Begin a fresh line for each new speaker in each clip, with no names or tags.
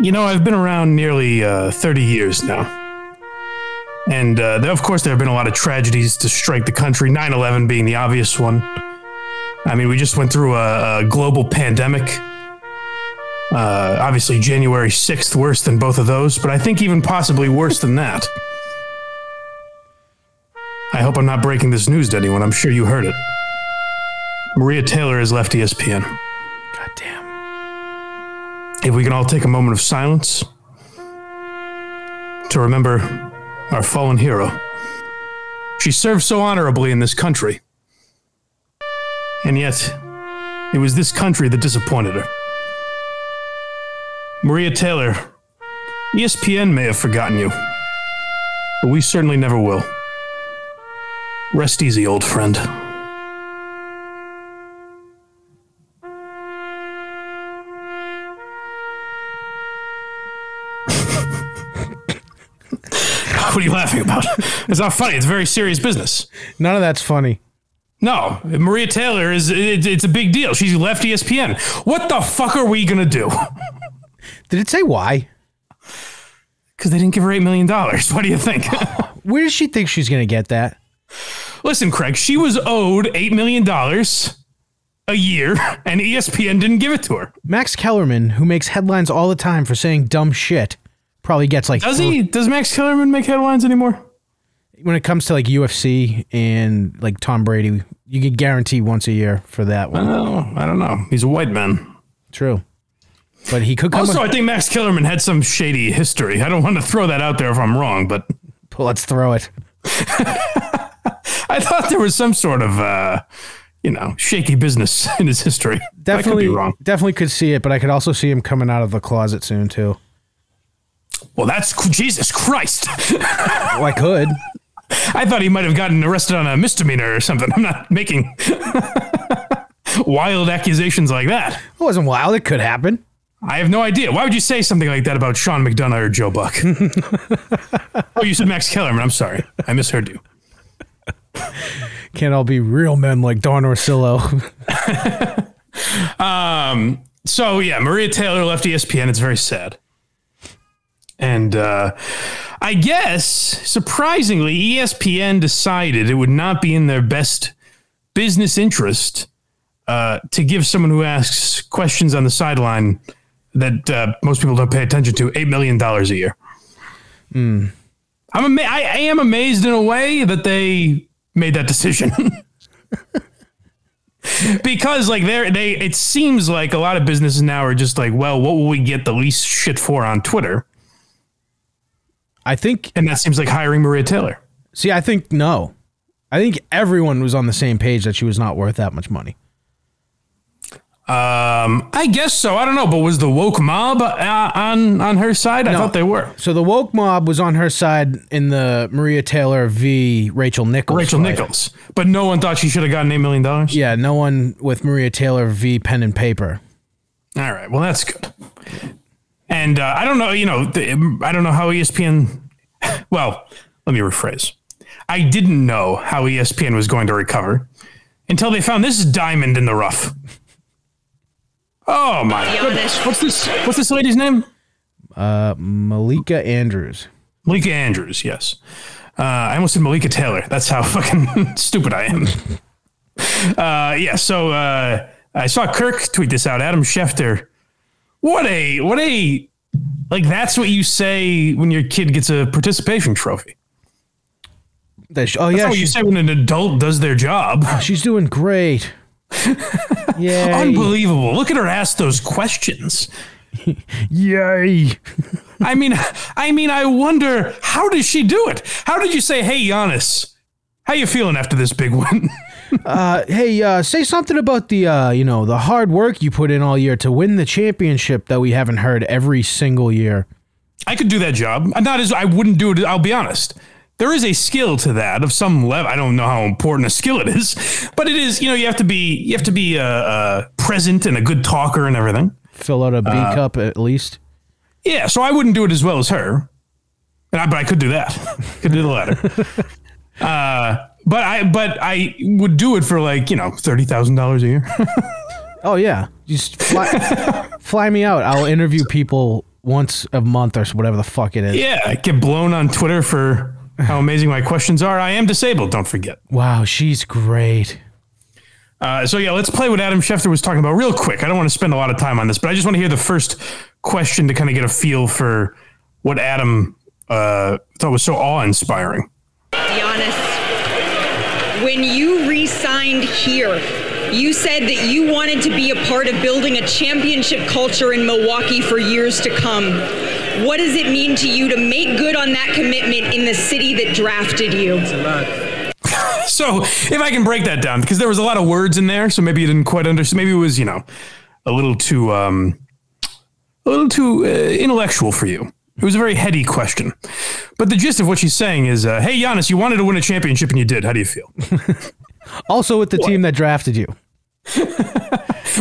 You know, I've been around nearly uh, 30 years now. And uh, there, of course, there have been a lot of tragedies to strike the country, 9 11 being the obvious one. I mean, we just went through a, a global pandemic. Uh, obviously, January 6th, worse than both of those, but I think even possibly worse than that. I hope I'm not breaking this news to anyone. I'm sure you heard it. Maria Taylor has left E ESPN.
God damn.
If we can all take a moment of silence to remember our fallen hero. She served so honorably in this country. And yet, it was this country that disappointed her. Maria Taylor, E ESPN may have forgotten you, but we certainly never will. Rest easy, old friend. What are you laughing about? It's not funny. It's very serious business.
None of that's funny.
No, Maria Taylor is it, it's a big deal. She's left E ESPN. What the fuck are we gonna do?
Did it say why?
Because they didn't give her eight million dollars. What do you think?
Where does she think she's gonna get that?
Listen, Craig, she was owed eight million dollars a year, and E ESPN didn't give it to her.
Max Kellerman, who makes headlines all the time for saying dumb shit, probably gets like
Does
thr-
he? Does Max Kellerman make headlines anymore?
when it comes to like UFC and like Tom Brady, you could guarantee once a year for that one.
No, Oh, I don't know. He's a white man.
True. But he could come
Also,
with,
I think Max Kellerman had some shady history. I don't want to throw that out there if I'm wrong, but
Well, let's throw it.
I thought there was some sort of, uh, you know, shaky business in his history. I
Definitely
could be wrong.
definitely could see it, but I could also see him coming out of the closet soon too.
Well, that's Jesus Christ.
Well, Oh, I could.
I thought he might have gotten arrested on a misdemeanor or something. I'm not making wild accusations like that.
It wasn't wild. It could happen.
I have no idea. Why would you say something like that about Sean McDonough or Joe Buck? oh, you said Max Kellerman. I'm sorry. I misheard you.
Can't all be real men like Don Orsillo.
Um, so, yeah, Maria Taylor left E ESPN. It's very sad. And uh, I guess, surprisingly, E ESPN decided it would not be in their best business interest uh, to give someone who asks questions on the sideline that uh, most people don't pay attention to $8 million a year. I'm ama- I, I am amazed in a way that they made that decision. because like they're they it seems like a lot of businesses now are just like well what will we get the least shit for on twitter
I think
and that seems like hiring maria taylor
see, I think no. I think everyone was on the same page that she was not worth that much money.
i guess so i don't know but was the woke mob uh, on on her side i thought they were
So the woke mob was on her side in the Maria Taylor v. Rachel Nichols.
rachel
fight.
nichols but no one thought she should have gotten eight million dollars
Yeah, no one with Maria Taylor v. Pen and Paper.
all right well that's good and uh, i don't know you know the, i don't know how E espn well let me rephrase i didn't know how E espn was going to recover until they found this diamond in the rough oh my What's this? What's this lady's name?
Uh, Malika Andrews.
Malika Andrews. Yes, uh, I almost said Malika Taylor. That's how fucking stupid I am. Uh, yeah. So uh, I saw Kirk tweet this out. Adam Schefter. What a what a like. That's what you say when your kid gets a participation trophy.
That she, oh
That's
yeah,
not what you
she's,
say when an adult does their job.
she's doing great. Yay!
Unbelievable. Look at her ask those questions.
Yay!
I mean, I mean, I wonder how does she do it? How did you say, "Hey, Giannis, how you feeling after this big win?"
Uh, hey, uh, say something about the uh, you know the hard work you put in all year to win the championship that we haven't heard every single year.
I could do that job. I'm not as I wouldn't do it. I'll be honest. There is a skill to that of some level. I don't know how important a skill it is, but it is. You know, you have to be you have to be uh, uh, present and a good talker and everything.
Fill out a B
Uh,
cup at least.
Yeah, so I wouldn't do it as well as her, and I, but I could do that. could do the latter. uh, but I but I would do it for like you know thirty thousand dollars a year.
Oh yeah, just fly, fly me out. I'll interview people once a month or whatever the fuck it is.
Yeah, I get blown on Twitter for how amazing my questions are. I am disabled, don't forget.
Wow, she's great.
Uh, so, yeah, let's play what Adam Schefter was talking about real quick. I don't want to spend a lot of time on this, but I just want to hear the first question to kind of get a feel for what Adam uh, thought was so awe inspiring.
Giannis, when you re-signed here, you said that you wanted to be a part of building a championship culture in Milwaukee for years to come. What does it mean to you to make good on that commitment in the city that drafted you?
So, if I can break that down, because there was a lot of words in there, so maybe you didn't quite understand. Maybe it was, you know, a little too, um, a little too uh, intellectual for you. It was a very heady question, but the gist of what she's saying is, uh, "Hey, Giannis, you wanted to win a championship and you did. How do you feel?
Also with the team that drafted you.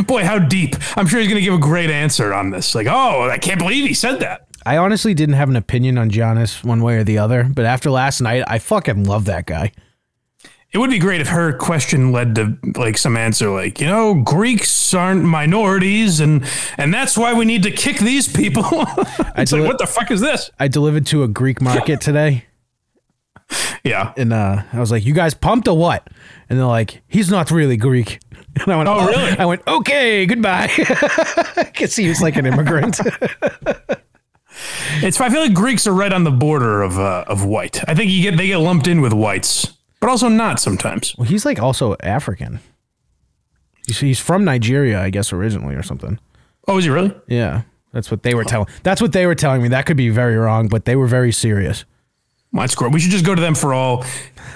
Boy, how deep! I'm sure he's going to give a great answer on this. Like, oh, I can't believe he said that.
I honestly didn't have an opinion on Giannis one way or the other, but after last night, I fucking love that guy.
It would be great if her question led to like some answer, like, you know, Greeks aren't minorities, and and that's why we need to kick these people. it's
deli-
like, what the fuck is this?
I delivered to a Greek market today,
Yeah.
and uh, I was like, "You guys pumped or what?" And they're like, "He's not really Greek." And I went,
Oh, really?
I went, "Okay, goodbye," because he was like an immigrant.
It's. I feel like Greeks are right on the border of uh, of white. I think you get they get lumped in with whites, but also not sometimes.
well, he's like also African. He's, he's from Nigeria, I guess, originally or something.
Oh, is he really?
Yeah, that's what they were telling. That's what they were telling me. That could be very wrong, but they were very serious.
Well, that's great. We should just go to them for all.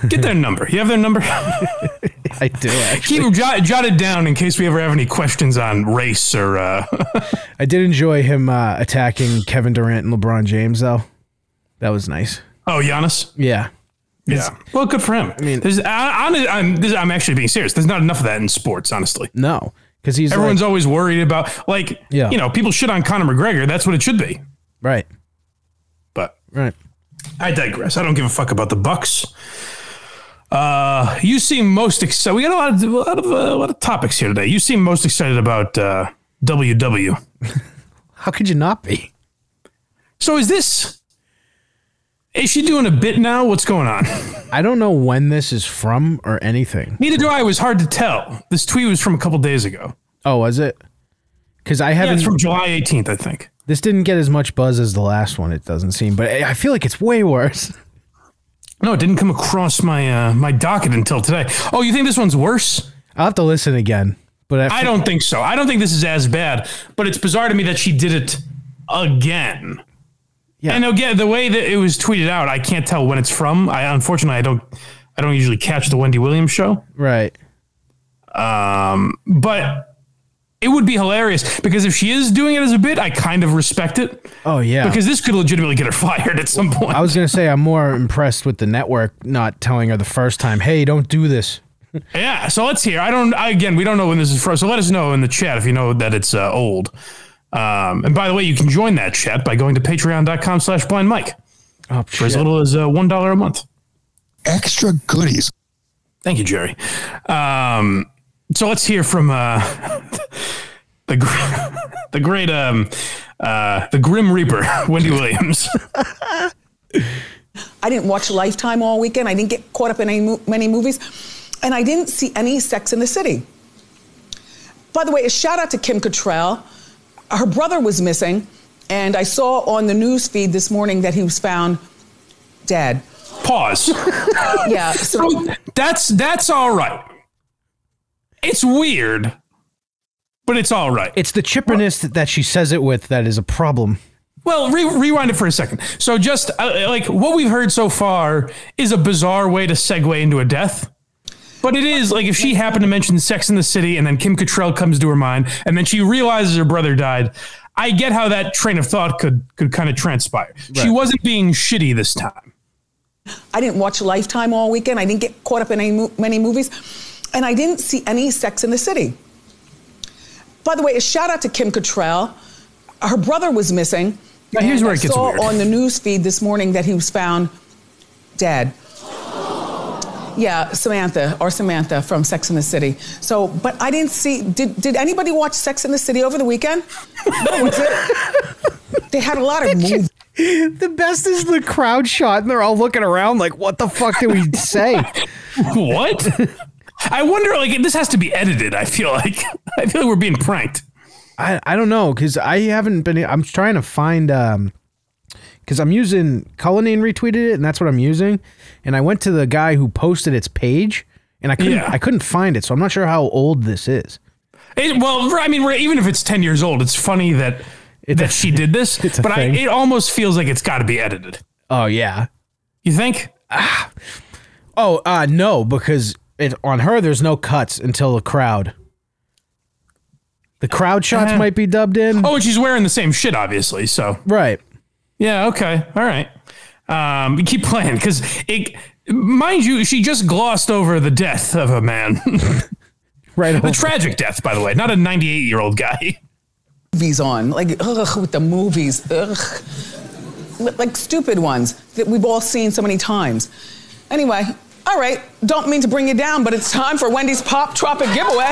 Get their number. You have their number.
I do. Actually.
Keep them jot, jotted down in case we ever have any questions on race or. Uh,
I did enjoy him uh, attacking Kevin Durant and LeBron James, though. That was nice.
oh, Giannis.
Yeah.
Yeah. Well, good for him. I mean, there's, I, I'm, I'm, this, I'm actually being serious. There's not enough of that in sports, honestly.
No, because he's
Everyone's
like,
always worried about, like,
Yeah.
you know, people shit on Conor McGregor. That's what it should be.
right,
But
right.
I digress. I don't give a fuck about the Bucks. Uh, you seem most excited. We got a lot of a lot of, uh, a lot of topics here today. You seem most excited about uh, WW.
How could you not be?
So is this? Is she doing a bit now? What's going on?
I don't know when this is from or anything.
Neither do I. It was hard to tell. This tweet was from a couple days ago.
Oh, was it? Because I
Yeah,
haven't.
it's from July 18th, I think.
this didn't get as much buzz as the last one. It doesn't seem, but I I feel like it's way worse.
No, it didn't come across my uh, my docket until today. Oh, you think this one's worse?
I'll have to listen again. But I,
I don't think so. I don't think this is as bad, but it's bizarre to me that she did it again.
Yeah.
And again, the way that it was tweeted out, I can't tell when it's from. I unfortunately I don't I don't usually catch the Wendy Williams show,
right.
but it would be hilarious because if she is doing it as a bit, I kind of respect it
Oh yeah.
because this could legitimately get her fired at some point.
I was gonna say I'm more impressed with the network not telling her the first time, "Hey, don't do this."
Yeah, so let's hear. I don't. I, again, we don't know when this is from. So let us know in the chat if you know that it's uh, old. Um, and by the way, you can join that chat by going to Patreon.com/slash Blind Mike
Oh,
for as
shit.
little as uh, one dollar a month.
extra goodies.
Thank you, Jerry. Um, so let's hear from uh, the gr- the great um, uh, the Grim Reaper, Wendy Williams.
I didn't watch Lifetime all weekend. I didn't get caught up in any mo- many movies, and I didn't see any Sex in the City. By the way, a shout out to Kim Cattrall. Her brother was missing, and I saw on the news feed this morning that he was found dead.
Pause.
Yeah. So
that's that's all right. It's weird, but it's all right.
It's the chipperness that- that she says it with that is a problem.
Well, re- rewind it for a second. So, just uh, like what we've heard so far is a bizarre way to segue into a death. But it is like if she happened to mention Sex in the City and then Kim Cattrall comes to her mind and then she realizes her brother died. I get how that train of thought could could kind of transpire. She wasn't being shitty this time.
I didn't watch Lifetime all weekend. I didn't get caught up in any mo- many movies, and I didn't see any Sex in the City. By the way, a shout out to Kim Cattrall. Her brother was missing.
Now, here's
and
where
I
it gets
saw
weird.
on the news feed this morning that he was found dead. Yeah, Samantha or Samantha from Sex in the City. So, but I didn't see. Did, did anybody watch Sex in the City over the weekend? No, was it? They had a lot of movies.
The best is the crowd shot, and they're all looking around like, "What the fuck did we say?"
what? I wonder. Like this has to be edited. I feel like I feel like we're being pranked.
I, I don't know because I haven't been. I'm trying to find um because I'm using Cullinane retweeted it, and that's what I'm using. And I went to the guy who posted its page, and I couldn't
Yeah.
I couldn't find it, so I'm not sure how old this is.
It, well, I mean, we're, even if it's ten years old, it's funny that that she did this.
it's a
But I,
thing.
it almost feels like it's got to be edited.
Oh yeah.
You think?
Oh uh no, because it on her there's no cuts until the crowd. The crowd shots
Uh-huh.
might be dubbed in.
Oh, and she's wearing the same shit, obviously. So
Right.
yeah, okay, all right. Um, keep playing because it, mind you, she just glossed over the death of a man,
Right.
the tragic death, by the way, not a ninety-eight-year-old guy.
movies on, like ugh, with the movies, ugh, Li- like stupid ones that we've all seen so many times. Anyway, all right, don't mean to bring you down, but it's time for Wendy's Pop Tropic Giveaway.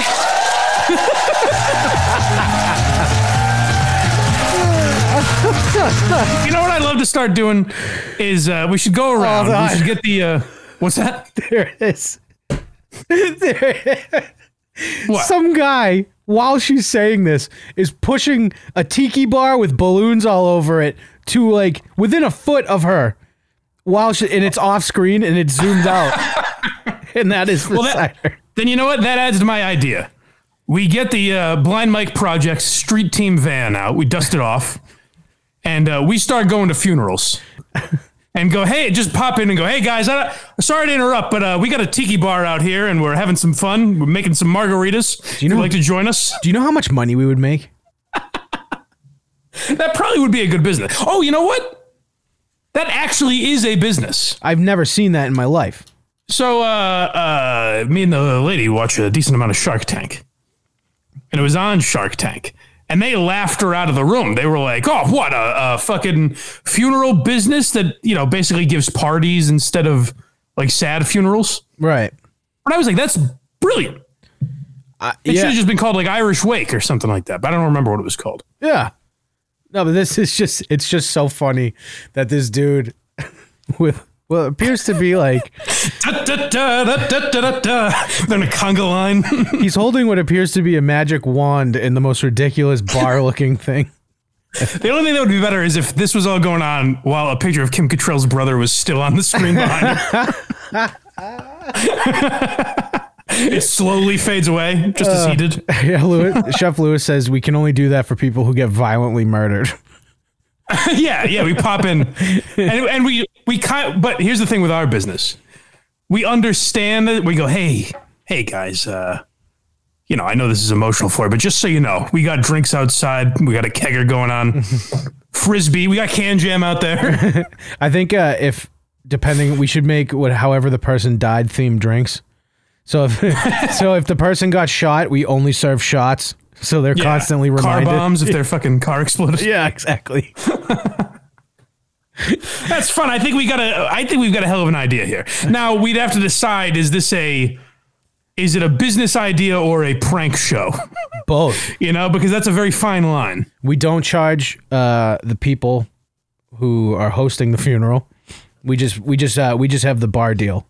You know what I'd love to start doing is uh, we should go around.
Hold on.
we should get the uh, what's that?
there it is. there it is.
What?
Some guy, while she's saying this, is pushing a tiki bar with balloons all over it to like within a foot of her. While she, and it's off screen and it's zoomed out. and that is the
Well, that-
cider.
Then you know what? That adds to my idea. We get the uh, Blind Mike Project's street team van out. We dust it off, and uh, we start going to funerals. And go, hey, just pop in and go, hey guys, I, sorry to interrupt, but uh, we got a tiki bar out here and we're having some fun. We're making some margaritas. Do
you
you
know-
like to join us?
Do you know how much money we would make?
That probably would be a good business. Oh, you know what? That actually is a business.
I've never seen that in my life.
So, uh, uh, me and the lady watch a decent amount of Shark Tank, and it was on Shark Tank, and they laughed her out of the room. They were like, "Oh, what a, a fucking funeral business that you know basically gives parties instead of like sad funerals."
Right.
And I was like, "That's brilliant."
I-
It should
yeah.
have just been called like Irish Wake or something like that, but I don't remember what it was called.
yeah. No, but this is just it's just so funny that this dude with well appears to be like
Da, da, da, da, da, da, da, da. Then a conga line.
he's holding what appears to be a magic wand in the most ridiculous bar looking thing.
The only thing that would be better is if this was all going on while a picture of Kim Cattrall's brother was still on the screen behind her. it slowly fades away, just as he did.
Yeah, Lewis, Chef Lewis says we can only do that for people who get violently murdered.
yeah, yeah, we pop in, and, and we we kind. But here's the thing with our business: we understand that we go, hey, hey guys, uh, you know, I know this is emotional for you, but just so you know, we got drinks outside, we got a kegger going on, frisbee, we got can jam out there.
I think uh, if depending, we should make what however the person died themed drinks. So if so if the person got shot, we only serve shots, so they're
Yeah.
constantly
car
reminded.
bombs if their fucking car exploded.
Yeah, exactly.
That's fun. I think we got a. I think we've got a hell of an idea here. Now we'd have to decide: is this a, is it a business idea or a prank show?
Both.
You know, because that's a very fine line.
We don't charge uh, the people who are hosting the funeral. We just we just uh, we just have the bar deal.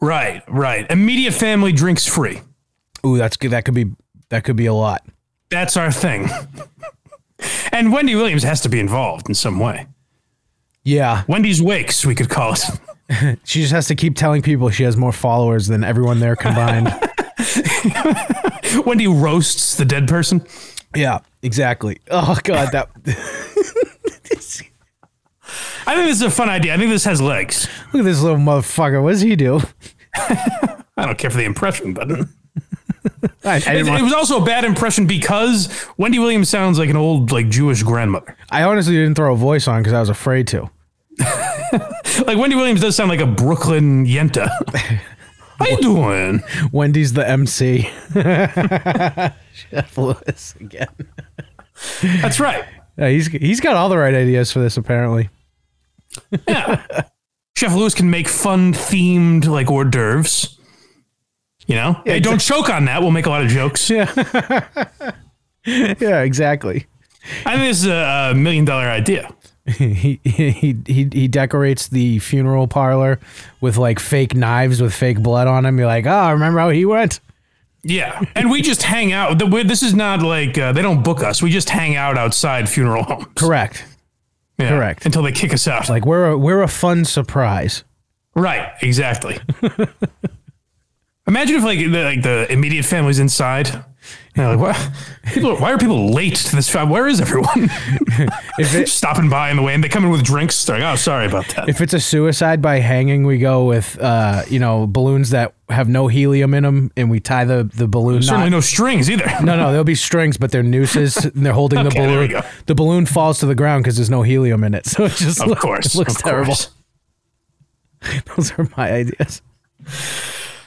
Right, right. Immediate family drinks free.
Ooh, that's good. That could be that could be a lot.
That's our thing. and Wendy Williams has to be involved in some way.
Yeah,
Wendy's wakes, we could call it.
she just has to keep telling people she has more followers than everyone there combined.
Wendy roasts the dead person.
yeah, exactly. Oh god, that
I think this is a fun idea. I think this has legs.
Look at this little motherfucker. What does he do?
I don't care for the impression, but.
I, I didn't
It,
want-
it was also a bad impression because Wendy Williams sounds like an old like Jewish grandmother.
I honestly didn't throw a voice on because I was afraid to.
Like Wendy Williams does sound like a Brooklyn yenta. How you doing?
Wendy's the MC. Chef Lewis again.
That's right.
Yeah, he's he's got all the right ideas for this apparently.
Chef Lewis can make fun themed like hors d'oeuvres. You know, hey, don't choke on that. We'll make a lot of jokes.
Yeah, exactly.
I think this is a a million dollar idea.
he, he he he decorates the funeral parlor with like fake knives with fake blood on them. You're like, oh, remember how he went?
Yeah, and we just hang out. The- we're- This is not like uh, they don't book us. We just hang out outside funeral homes.
Correct.
Yeah,
correct.
Until they kick us out.
Like we're a, we're a fun surprise.
Right, exactly. Imagine if like the, like the immediate family's inside. And they're like, what? People, why are people late to this? fa- Where is everyone?
If it,
Stopping by on the way, and they come in with drinks. They're like, oh, sorry about that.
if it's a suicide by hanging, we go with uh you know balloons that have no helium in them, and we tie the the balloon.
Certainly
knot.
no strings either.
No, no, there'll be strings, but they're nooses, and they're holding the
Okay, there we
balloon.
go.
The balloon falls to the ground because there's no helium in it, so it just
of
look-
course,
it looks
of
terrible.
course.
Those are my ideas.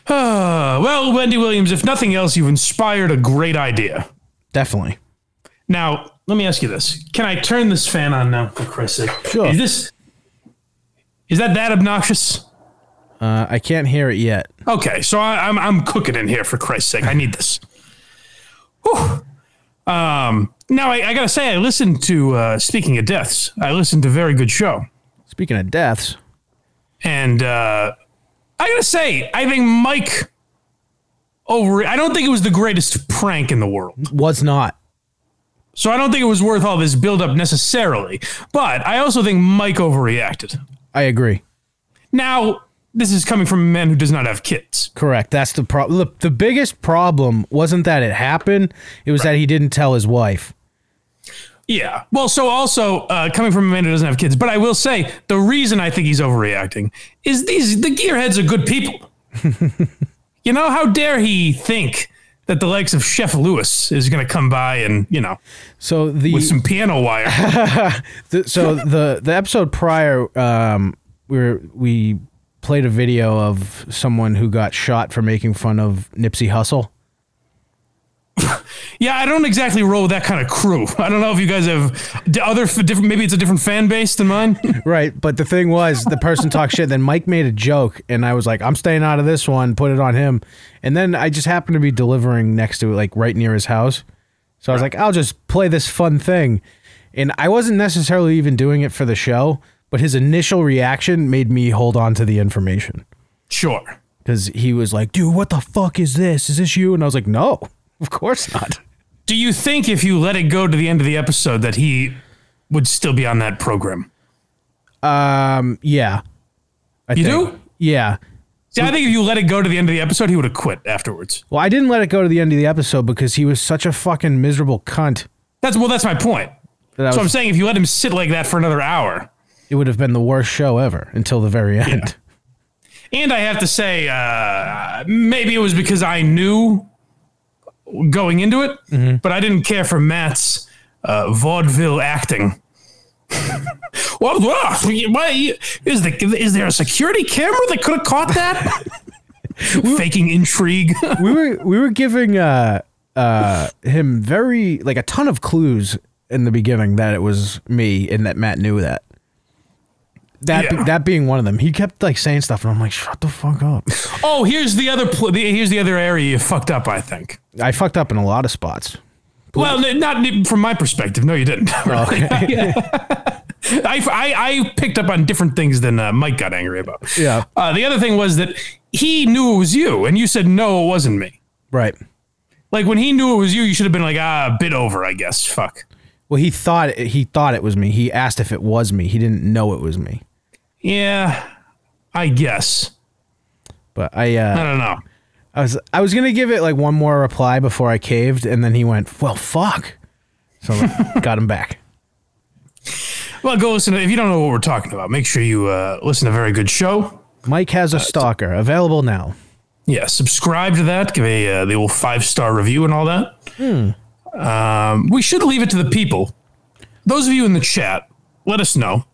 Uh, well, Wendy Williams, if nothing else, you've inspired a great idea.
Definitely.
Now, let me ask you this: Can I turn this fan on now, for Chris's sake?
Sure.
Is this is that that obnoxious?
Uh, I can't hear it yet.
Okay, so I, I'm I'm cooking in here for Christ's sake. I need this. Whew. Um, now I, I gotta say, I listened to uh, speaking of deaths. I listened to a very good show,
Speaking of deaths,
and uh, I gotta say, I think Mike over. I don't think it was the greatest prank in the world,
was not.
so I don't think it was worth all this buildup necessarily. But I also think Mike overreacted.
I agree.
Now, this is coming from a man who does not have kids.
Correct. That's the problem. The, the biggest problem wasn't that it happened. It was that he didn't tell his wife.
Yeah. Well, so also uh, coming from a man who doesn't have kids, but I will say the reason I think he's overreacting is these the gearheads are good people. you know, how dare he think that the likes of Chef Lewis is going to come by and you know
So the
with some piano wire?
the, so the the episode prior, um, we were, we played a video of someone who got shot for making fun of Nipsey Hussle.
yeah, I don't exactly roll with that kind of crew. I don't know if you guys have d- other f- different. Maybe it's a different fan base than mine.
Right, but the thing was, the person talked shit. Then Mike made a joke, and I was like, "I'm staying out of this one. Put it on him." And then I just happened to be delivering next to, like, right near his house, so I was like, "I'll just play this fun thing," and I wasn't necessarily even doing it for the show, but his initial reaction made me hold on to the information
sure.
because he was like, "Dude, what the fuck is this? Is this you?" And I was like, "No, of course not."
Do you think if you let it go to the end of the episode that he would still be on that program?
Um, yeah, I
You
think.
do?
yeah.
See, I think if you let it go to the end of the episode, he would have quit afterwards.
Well, I didn't let it go to the end of the episode because he was such a fucking miserable cunt.
That's well, that's my point.
That I
So I'm
was-
saying if you let him sit like that for another hour,
it would have been the worst show ever until the very end.
and I have to say, uh, maybe it was because I knew going into it,
Mm-hmm.
but I didn't care for Matt's uh, vaudeville acting. what, what, why- is the, is there a security camera that could have caught that? Faking intrigue.
we were we were giving uh uh him very like a ton of clues in the beginning that it was me and that Matt knew that. That
Yeah.
that being one of them. He kept like saying stuff and I'm like, "Shut the fuck up."
oh, here's the other pl- the, here's the other area you fucked up. I think.
I fucked up in a lot of spots.
Well, n- not n- from my perspective. No, you didn't. I, I, I picked up on different things than uh, Mike got angry about.
Yeah.
Uh, the other thing was that he knew it was you, and you said no, it wasn't me.
Right.
Like when he knew it was you, you should have been like, ah, bit over, I guess. Fuck.
Well, he thought it, he thought it was me. He asked if it was me. He didn't know it was me.
Yeah, I guess.
But I uh
I don't know.
I was I was gonna give it like one more reply before I caved, and then he went, "Well, fuck," so I got him back.
Well, go listen. To, if you don't know what we're talking about, make sure you uh, listen to a very good show.
Mike has a stalker available now.
Yeah, subscribe to that. Give a uh, the old five star review and all that. Um, we should leave it to the people. Those of you in the chat, let us know.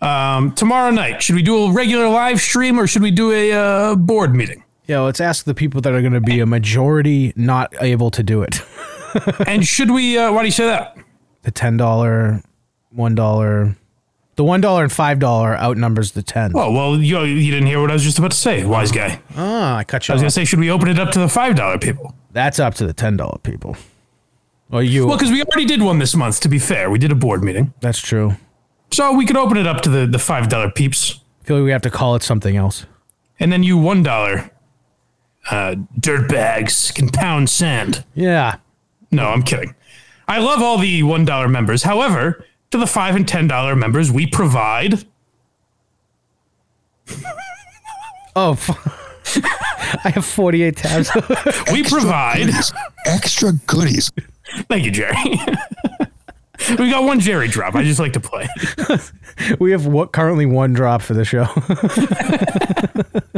Um, tomorrow night, should we do a regular live stream or should we do a uh, board meeting?
Yeah, let's ask the people that are gonna be a majority not able to do it.
and should we? Uh, why do you say that?
The ten dollar, one dollar, the one dollar and five dollar outnumbers the ten.
Oh well, you you didn't hear what I was just about to say, wise guy. I
Ah, I cut you
was
off.
gonna say, should we open it up to the five dollar people?
That's up to the ten dollar people. Or you?
Well, because we already did one this month. To be fair, we did a board meeting,
That's true.
so we could open it up to the the five dollar peeps,
I feel like we have to call it something else.
and then you one dollar uh, dirt bags can pound sand.
Yeah.
No, I'm kidding. I love all the one dollar members. However, to the five and ten dollar members, we provide
Oh. F- I have 48 tabs.
we provide.
Extra goodies.
Thank you, Jerry. we got one Jerry drop. I just like to play.
we have what currently one drop for the show.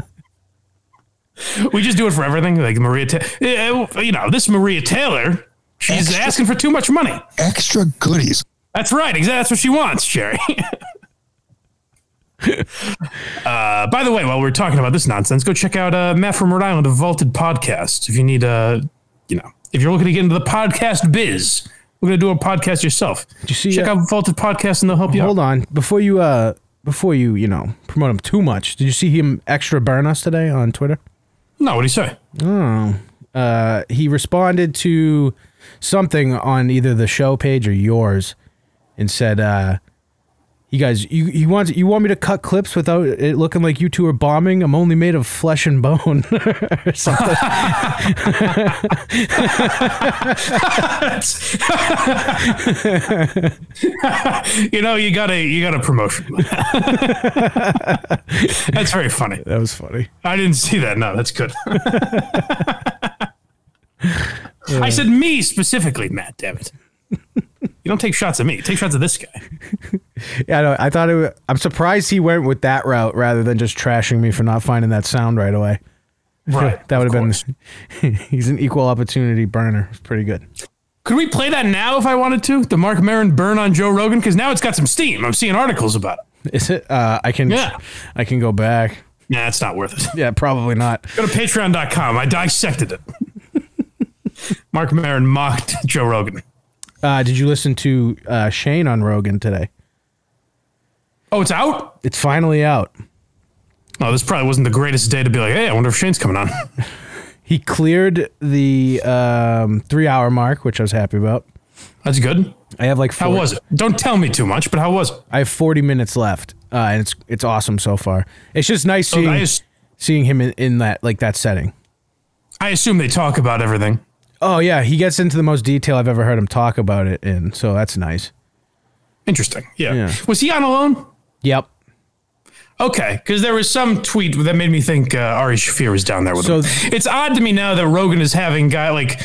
We just do it for everything. Like Maria, Ta- eh, eh, you know, this Maria Taylor, she's asking for too much money.
Extra goodies.
That's right. Exactly. That's what she wants, Jerry. uh, by the way, while we're talking about this nonsense, go check out uh, Matt from Rhode Island of Vaulted Podcast. If you need, uh, you know, if you're looking to get into the podcast biz, we're going to do a podcast yourself.
you see,
check
uh,
out Vaulted Podcast and they'll help you
Hold
out.
on, before you uh before you, you know, promote him too much. Did you see him extra burn us today on Twitter?
No, what do you say?
Uh he responded to something on either the show page or yours and said uh you guys, you, you want you want me to cut clips without it looking like you two are bombing? I'm only made of flesh and bone, or something.
You know, you got a you got a promotion. that's very funny.
that was funny.
I didn't see that. No, that's good. I said me specifically, Matt. Damn it! You don't take shots at me. Take shots at this guy.
Yeah, I know. I thought it. Was, I'm surprised he went with that route rather than just trashing me for not finding that sound right away.
Right.
that would
of
have
course.
been. he's an equal opportunity burner. It's pretty good.
Could we play that now if I wanted to? The Mark Maron burn on Joe Rogan because now it's got some steam. I'm seeing articles about it.
Is it? Uh, I can.
Yeah.
I can go back.
Nah, it's not worth it.
Yeah, probably not.
Go to Patreon.com. I dissected it. Mark Maron mocked Joe Rogan.
Uh, did you listen to uh, Shane on Rogan today?
Oh, it's out.
It's finally out.
Oh, this probably wasn't the greatest day to be like, hey, I wonder if Shane's coming on.
He cleared the um, three-hour mark, which I was happy about.
That's good.
I have like. 40,
How was it? Don't tell me too much, but how was it?
I have 40 minutes left, uh, and it's it's awesome so far. It's just nice
So
seeing
I, as-
seeing him in, in that like that setting.
I assume they talk about everything.
Oh yeah, he gets into the most detail I've ever heard him talk about it in, so that's nice.
Interesting. Yeah.
Yeah.
Was he on alone?
Yep.
Okay, because there was some tweet that made me think uh, Ari Shafir was down there with
So-
him. It's odd to me now that Rogan is having guy like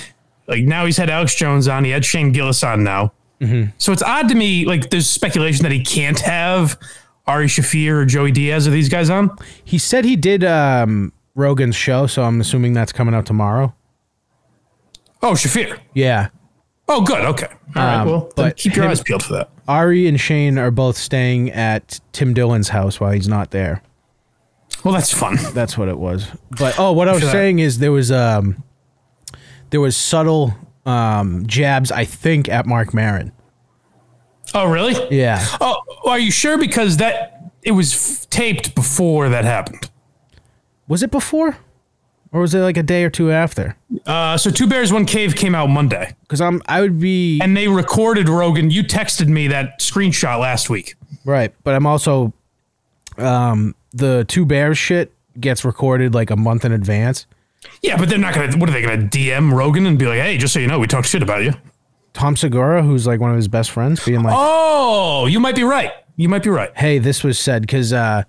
like now he's had Alex Jones on, he had Shane Gillis on now.
Mm-hmm.
So it's odd to me like there's speculation that he can't have Ari Shafir or Joey Diaz or these guys on.
He said he did um, Rogan's show, so I'm assuming that's coming out tomorrow.
Oh, Shafir.
Yeah.
Oh, good. Okay. All right.
Um,
Well, then
but
keep your
him-
eyes peeled for that.
Ari and Shane are both staying at Tim Dillon's house while he's not there.
Well, that's fun.
That's what it was. But oh, what I was
Sure.
saying is there was um there was subtle um jabs I think at Mark Marin.
Oh, really?
Yeah.
Oh, are you sure? Because that it was f- taped before that happened.
Was it before? Or was it like a day or two after?
Uh, so Two Bears One Cave came out Monday,
Cuz I'm I would be
and they recorded Rogan. You texted me that screenshot last week.
Right, but I'm also um the two bears shit gets recorded like a month in advance.
Yeah, but they're not gonna. What are they gonna DM Rogan and be like, "Hey, just so you know, we talked shit about you."
Tom Segura, who's like one of his best friends, being like,
Oh, you might be right. You might be right.
"Hey, this was said because uh,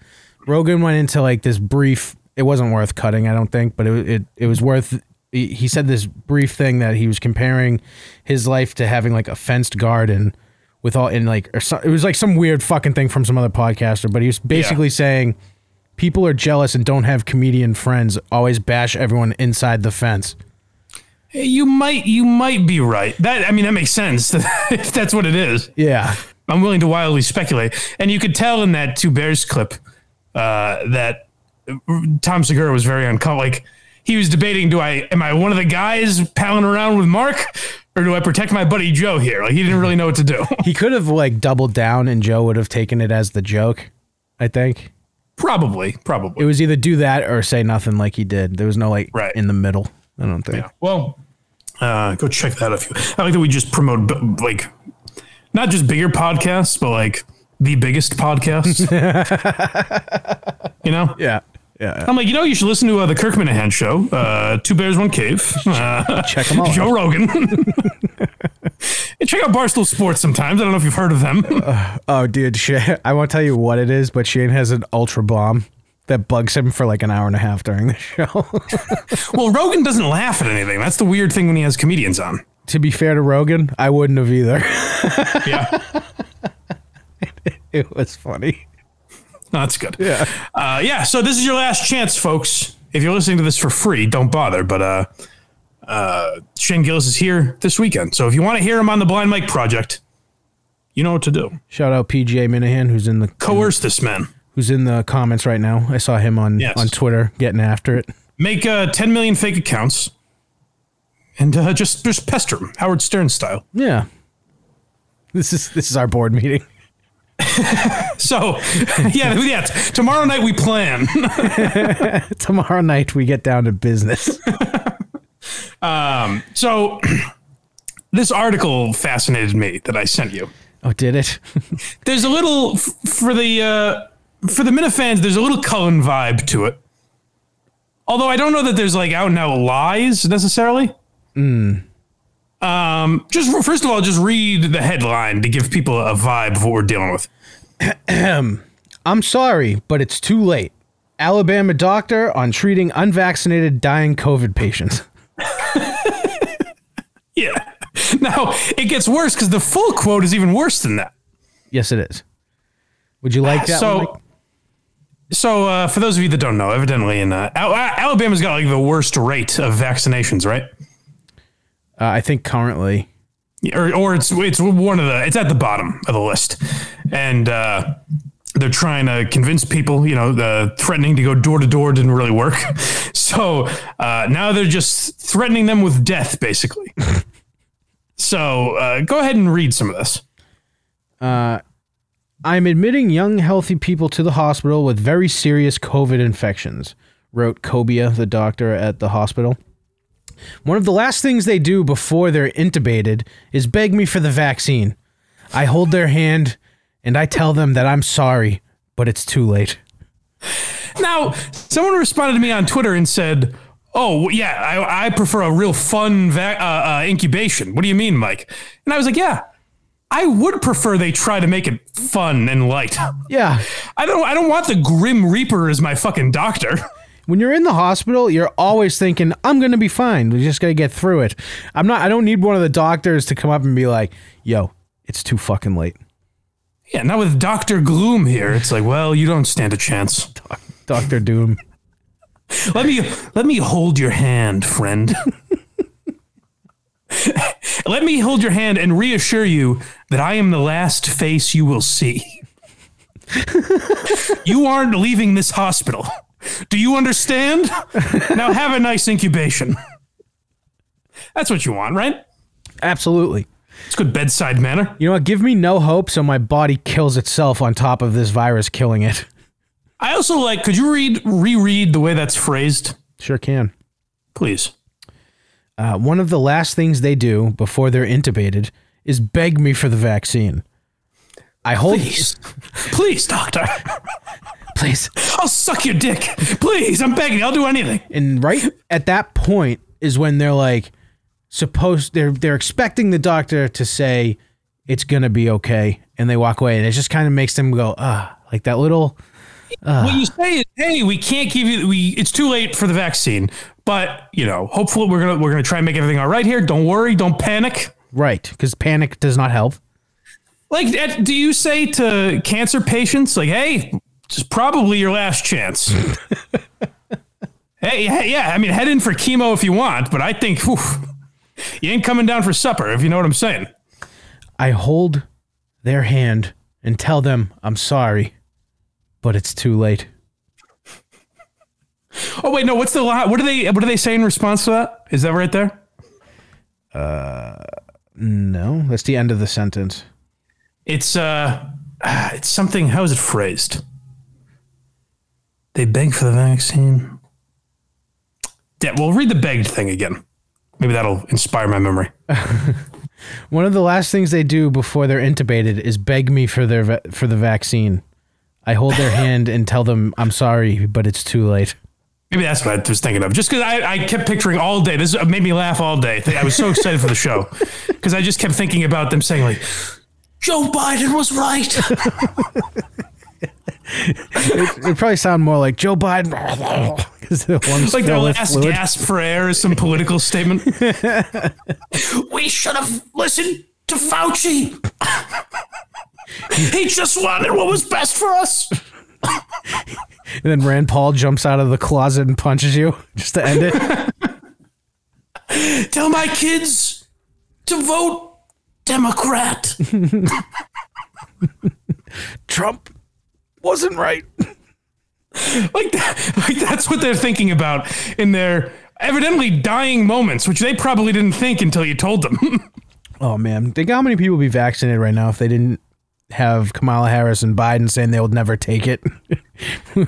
Rogan went into like this brief. It wasn't worth cutting, I don't think, but it it, it was worth." He he said this brief thing that he was comparing his life to having like a fenced garden with all in like or so, it was like some weird fucking thing from some other podcaster, but he was basically saying people are jealous and don't have comedian friends. Always bash everyone inside the fence.
You might. You might be right. That I mean, that makes sense if that's what it is.
Yeah.
I'm willing to wildly speculate. And you could tell in that Two Bears clip uh, that Tom Segura was very uncomfortable. Like he was debating, do I am I one of the guys palling around with Mark, or do I protect my buddy Joe here? Like he didn't really know what to do.
He could have like doubled down and Joe would have taken it as the joke, I think.
probably,
It
probably.
was either do that or say nothing like he did. There was no like
Right.
in the middle. I don't think.
well, Uh, go check that out if you. I like that we just promote b- like not just bigger podcasts, but like the biggest podcast. you know.
Yeah. Yeah.
I'm like, you know, you should listen to uh, the Kirk Minahan show, uh, Two Bears, One Cave. Uh,
Check 'em out.
Joe Rogan. and check out Barstool Sports sometimes. I don't know if you've heard of them.
Oh, dude, Shane, I won't tell you what it is, but Shane has an ultra bomb that bugs him for like an hour and a half during the show.
well, Rogan doesn't laugh at anything. That's the weird thing when he has comedians on. Oh,
to be fair to Rogan, I wouldn't have either.
Yeah.
it was funny.
No, that's good. Yeah. Uh, yeah. So this is your last chance, folks. If you're listening to this for free, don't bother. But uh, uh, Shane Gillis is here this weekend. So if you want to hear him on the Blind Mike Project, you know what to do.
Shout out PJ Minahan, who's in the
Coerce this man.
who's in the comments right now. I saw him on
Yes.
on Twitter getting after it.
Make uh, 10 million fake accounts and uh, just just pester him, Howard Stern style.
Yeah. This is this is our board meeting.
So yeah, yeah. t- Tomorrow night we plan.
Tomorrow night we get down to business.
so this article fascinated me that I sent you.
oh, did it?
there's a little f- for the uh, for the Minifans. There's a little Cullen vibe to it. Although I don't know that there's like out and out lies necessarily. Um, just first of all, just read the headline to give people a vibe of what we're dealing with.
I'm sorry, but it's too late. Alabama doctor on treating unvaccinated dying COVID patients.
Yeah. Now it gets worse because the full quote is even worse than that.
Yes, it is. Would you like that? one, Mike?
so, so uh, for those of you that don't know, evidently in uh, Al- Alabama's got like the worst rate of vaccinations, right?
uh, I think currently.
or, or it's it's one of the it's at the bottom of the list, and uh, they're trying to convince people. You know, the threatening to go door to door didn't really work, so uh, now they're just threatening them with death, basically. so uh, go ahead and read some of this.
I'm admitting young, healthy people to the hospital with very serious COVID infections, wrote Cobia, the doctor at the hospital. One of the last things they do before they're intubated is beg me for the vaccine. I hold their hand and I tell them that I'm sorry, but it's too late.
Now, someone responded to me on Twitter and said, "Oh, yeah, I, I prefer a real fun va- uh, uh, incubation." What do you mean, Mike? And I was like, "Yeah, I would prefer they try to make it fun and light."
Yeah.
I don't. I don't want the Grim Reaper as my fucking doctor.
When you're in the hospital, you're always thinking, I'm going to be fine. We just got to get through it. I'm not, I don't need one of the doctors to come up and be like, yo, it's too fucking late.
yeah, not with Doctor Gloom here. It's like, well, you don't stand a chance.
Dr. Doom.
Let me let me hold your hand, friend. let me hold your hand and reassure you that I am the last face you will see. you aren't leaving this hospital. Do you understand? Now have a nice incubation. That's what you want, right?
Absolutely.
It's good bedside manner.
You know what? Give me no hope so my body kills itself on top of this virus killing it.
I also like. Could you read reread the way that's phrased,
Sure can.
please?
Uh, one of the last things they do before they're intubated is beg me for the vaccine. I hold.
Please, please, doctor.
Please.
I'll suck your dick. Please, I'm begging. I'll do anything.
And right at that point is when they're like, supposed they're they're expecting the doctor to say it's gonna be okay, and they walk away, and it just kind of makes them go ah, like that little
what you say is, hey, we can't give you. We it's too late for the vaccine, but you know, hopefully we're gonna we're gonna try and make everything all right here. Don't worry. Don't panic.
right because panic does not help.
Like, at, do you say to cancer patients, like, hey, this is probably your last chance? hey, hey, yeah, I mean, head in for chemo if you want, but I think whew, you ain't coming down for supper, if you know what I'm saying.
I hold their hand and tell them I'm sorry, but it's too late.
Oh wait, no. What's the li- what do they what do they say in response to that? Is that right there?
Uh, No, that's the end of the sentence.
It's uh, ah, it's something. How is it phrased? They beg for the vaccine. Yeah, well, read the begged thing again. Maybe that'll inspire my memory.
One of the last things they do before they're intubated is beg me for their va- for the vaccine. I hold their hand and tell them I'm sorry, but it's too late.
Maybe that's what I was thinking of. Just because I, I kept picturing all day. This made me laugh all day. I was so excited for the show because I just kept thinking about them saying like, "Joe Biden was right."
It probably sound more like Joe Biden because the lungs
It's like their
fill with
last
fluid.
gasp for air is some political statement. we should have listened to Fauci. he just wanted what was best for us.
And then Rand Paul jumps out of the closet and punches you just to end it.
Tell my kids to vote Democrat.
Trump wasn't right.
like, that, like that's what they're thinking about in their evidently dying moments, which they probably didn't think until you told them.
Oh man, think how many people would be vaccinated right now if they didn't have Kamala Harris and Biden saying they would never take it.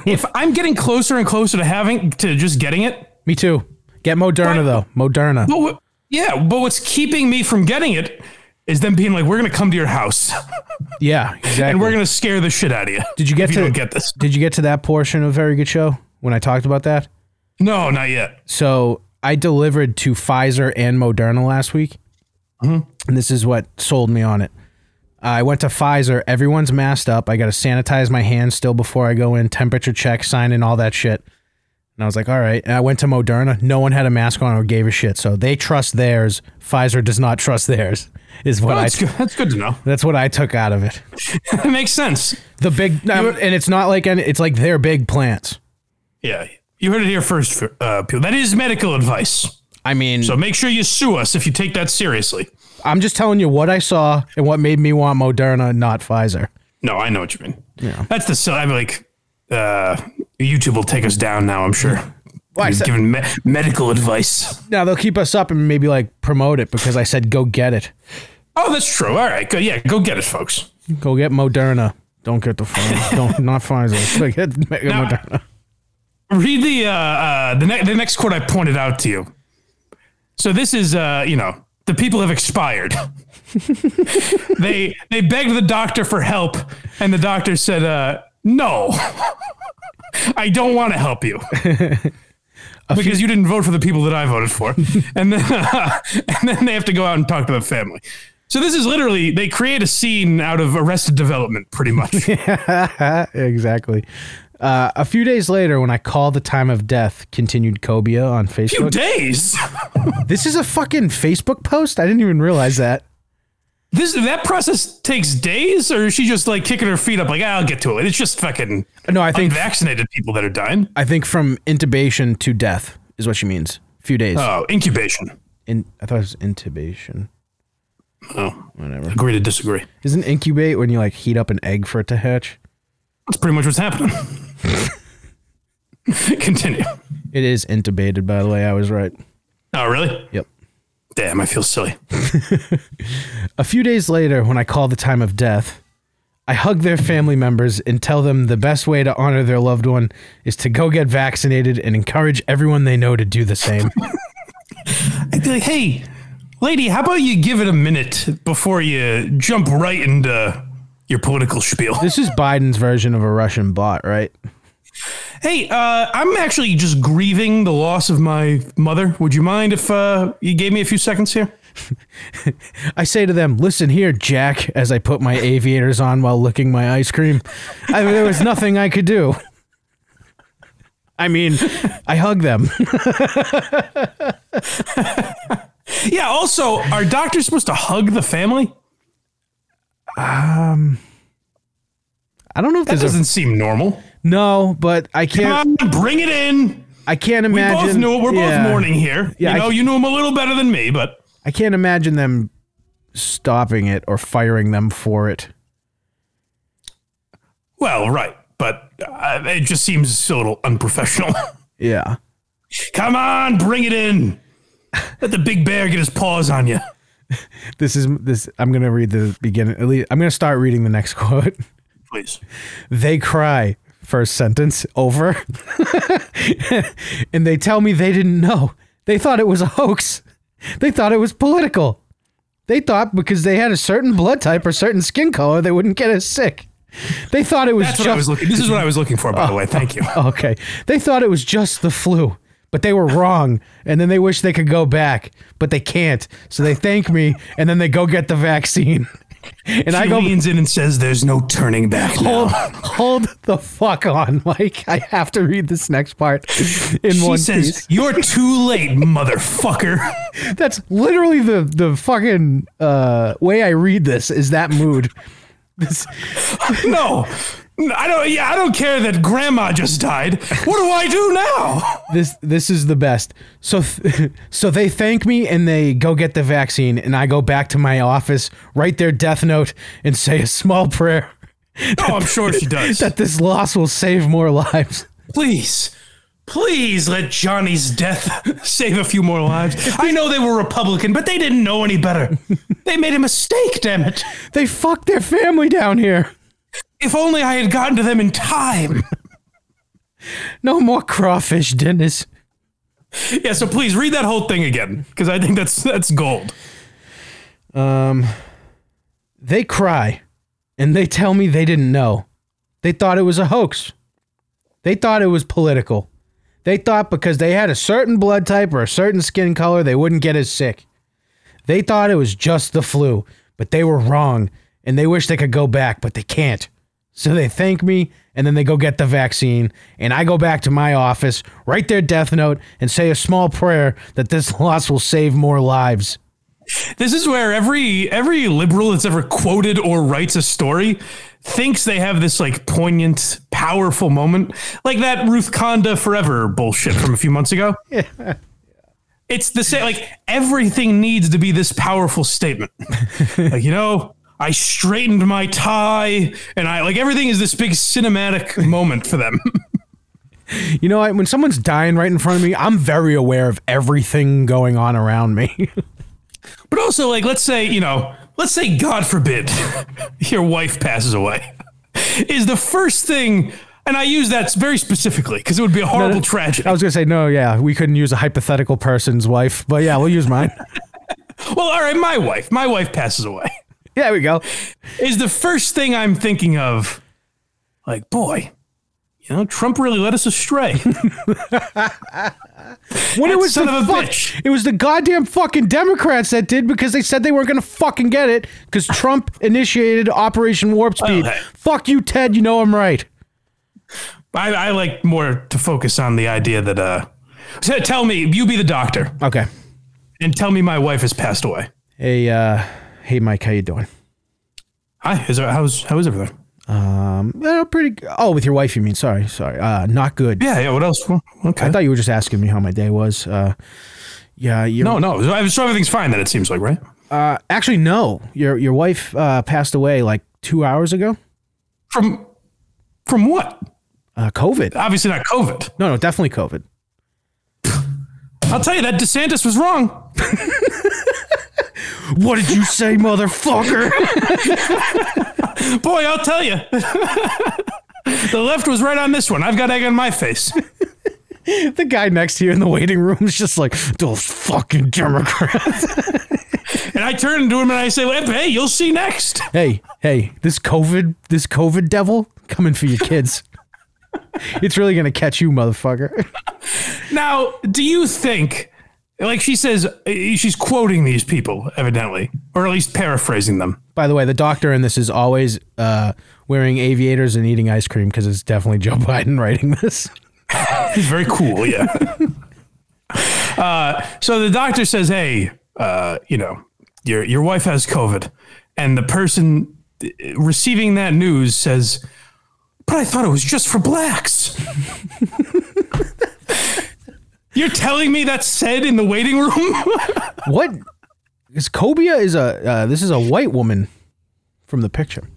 if I'm getting closer and closer to having to just getting it,
Me too. Get Moderna though. Moderna.
But what, yeah, but what's keeping me from getting it is them being like, "We're gonna come to your house
Yeah, exactly.
and we're gonna scare the shit out of you."
Did you get
if
to
you don't get this?
Did you get to that portion of Very Good Show when I talked about that?
No, not yet.
So I delivered to Pfizer and Moderna last week, and this is what sold me on it. I went to Pfizer. Everyone's masked up. I got to sanitize my hands still before I go in. Temperature check, sign in, all that shit. And I was like, all right. And I went to Moderna. No one had a mask on or gave a shit. So they trust theirs. Pfizer does not trust theirs. Is what
Oh,
I.
that's, good. that's good to know.
That's what I took out of it.
That makes sense.
The big, um, and it's not like any, it's like their big plants.
Yeah, you heard it here first, uh, people. That is medical advice.
I mean,
So make sure you sue us if you take that seriously.
I'm just telling you what I saw and what made me want Moderna, not Pfizer.
No, I know what you mean. Yeah, that's the. So I'm like, uh, YouTube will take us down now. I'm sure. Why?
said-
Giving me- medical advice.
Now they'll keep us up and maybe like promote it because I said go get it.
Oh, that's true. All right. Go, yeah, go get it, folks.
Go get Moderna. Don't get the Pfizer. Don't not Pfizer. Go Get mega
Now-
Moderna.
read the uh, uh, the, ne- the next quote I pointed out to you. So this is uh, you know the people have expired. they they begged the doctor for help, and the doctor said, uh, "No, I don't want to help you." Because you didn't vote for the people that I voted for, and then and then they have to go out and talk to the family. So this is literally they create a scene out of Arrested Development, pretty much.
exactly. Uh, a few days later, when I call the time of death, continued Cobia on
Two
Facebook.
days.
This is a fucking Facebook post. I didn't even realize that.
This that process takes days, or is she just like kicking her feet up, like "Ah, I'll get to it. It's just fucking
No, I think
unvaccinated people that are dying.
I think from intubation to death is what she means. Few days.
Oh, incubation.
In I thought it was intubation.
Oh,
Whatever.
agree to disagree.
Isn't incubate when you like heat up an egg for it to hatch?
That's pretty much what's happening. Continue.
It is intubated, by the way. I was right.
Oh, really?
Yep.
Damn, I feel silly.
A few days later, when I call the time of death, I hug their family members and tell them the best way to honor their loved one is to go get vaccinated and encourage everyone they know to do the same.
I'd be like, "Hey, lady, how about you give it a minute before you jump right into your political spiel?"
this is Biden's version of a Russian bot, right?
Hey, uh, I'm actually just grieving the loss of my mother. Would you mind if uh, you gave me a few seconds here?
I say to them, "Listen here, Jack," as I put my aviators on while licking my ice cream. I mean, there was nothing I could do. I mean, I hug them.
Yeah. Also, are doctors supposed to hug the family?
I don't know if
That
there's a
doesn't seem normal.
No, but I can't.
Come on, bring it in.
I can't
We
imagine.
both knew it. We're
yeah.
both mourning here.
Yeah, I
you know,
c-
you knew him a little better than me, but
I can't imagine them stopping it or firing them for it.
well, right. But uh, it just seems a little unprofessional.
Yeah.
Come on, bring it in. Let the big bear get his paws on you.
This is this. I'm gonna read the beginning. At least I'm gonna start reading the next quote.
Please.
They cry. First sentence over, and they tell me they didn't know. They thought it was a hoax. They thought it was political. They thought because they had a certain blood type or certain skin color, they wouldn't get as sick. They thought it was
That's
just
what I was looking. This is what I was looking for, by the way. Thank you.
okay. They thought it was just the flu, but they were wrong. And then they wish they could go back, but they can't. So they thank me, and then they go get the vaccine. And I
She
go,
leans in and says, "There's no turning back
hold,
now."
hold the fuck on, Mike. I have to read this next part in
She
one
says,
piece.
"You're too late, motherfucker."
That's literally the the fucking uh, way I read this is that mood. This,
no. No, I don't. Yeah, I don't care that Grandma just died. What do I do now?
this this is the best. So th- so they thank me and they go get the vaccine and I go back to my office, write their death note and say a small prayer
Oh, I'm sure she does.
that this loss will save more lives.
please, please let Johnny's death save a few more lives. I know they were Republican, but they didn't know any better. They made a mistake, damn it.
They fucked their family down here.
If only I had gotten to them in time.
No more crawfish dinners.
Yeah, so please read that whole thing again because I think that's that's gold.
Um, they cry and they tell me they didn't know. They thought it was a hoax. They thought it was political. They thought because they had a certain blood type or a certain skin color, they wouldn't get as sick. They thought it was just the flu, but they were wrong and they wish they could go back, but they can't. So they thank me and then they go get the vaccine. And I go back to my office, write their death note, and say a small prayer that this loss will save more lives.
This is where every every liberal that's ever quoted or writes a story thinks they have this like poignant, powerful moment, like that Ruth Conda forever bullshit from a few months ago. It's the same. Like everything needs to be this powerful statement. like you know, I straightened my tie, and I like everything is this big cinematic moment for them.
You know, I, when someone's dying right in front of me, I'm very aware of everything going on around me.
But also, like, let's say, you know, let's say, God forbid, your wife passes away, is the first thing, and I use that very specifically because it would be a horrible tragedy.
I was gonna say no, yeah, we couldn't use a hypothetical person's wife, but yeah, we'll use mine.
well, all right, my wife, my wife passes away,
yeah, there we go.
is the first thing I'm thinking of, like, boy, you know, Trump really led us astray.
When it
That
was
son
the
of a
fuck-
bitch.
it was the goddamn fucking Democrats that did because they said they weren't gonna fucking get it because Trump initiated Operation Warp Speed.
hey.
Fuck you, Ted. You know I'm right.
I, I like more to focus on the idea that, uh, t- tell me, you be the doctor,
Okay.
and tell me my wife has passed away.
Hey, uh, hey, Mike, how you doing?
Hi, is there, how's how's everything?
Um, well, pretty. g- Oh, with your wife, you mean? Sorry, sorry. Uh, not good.
Yeah, yeah. What else? Well, okay.
I thought you were just asking me how my day was. Uh, yeah, you
No, no. So so everything's fine. Then it seems like, right?
actually no. Your your wife uh, passed away like two hours ago.
From from what?
Uh, COVID.
Obviously not COVID.
No, no, definitely COVID.
I'll tell you that DeSantis was wrong.
What did you say, motherfucker?
Boy, I'll tell you. the left was right on this one. I've got egg on my face.
the guy next to you in the waiting room is just like those fucking Democrats.
And I turn to him and I say, "Hey, you'll see next."
hey, hey, this COVID, this COVID devil coming for your kids. it's really gonna catch you, motherfucker.
Now, do you think like she says eh, she's quoting these people evidently, or at least paraphrasing them?
By the way, the doctor in this is always uh, wearing aviators and eating ice cream because it's definitely Joe Biden writing this.
He's very cool, yeah. uh, so the doctor says, "Hey, uh, you know, your your wife has COVID," and the person uh, receiving that news says, "But I thought it was just for blacks." You're telling me that's said in the waiting room? Oh,
What is Cobia? Is a uh, this is a white woman from the picture.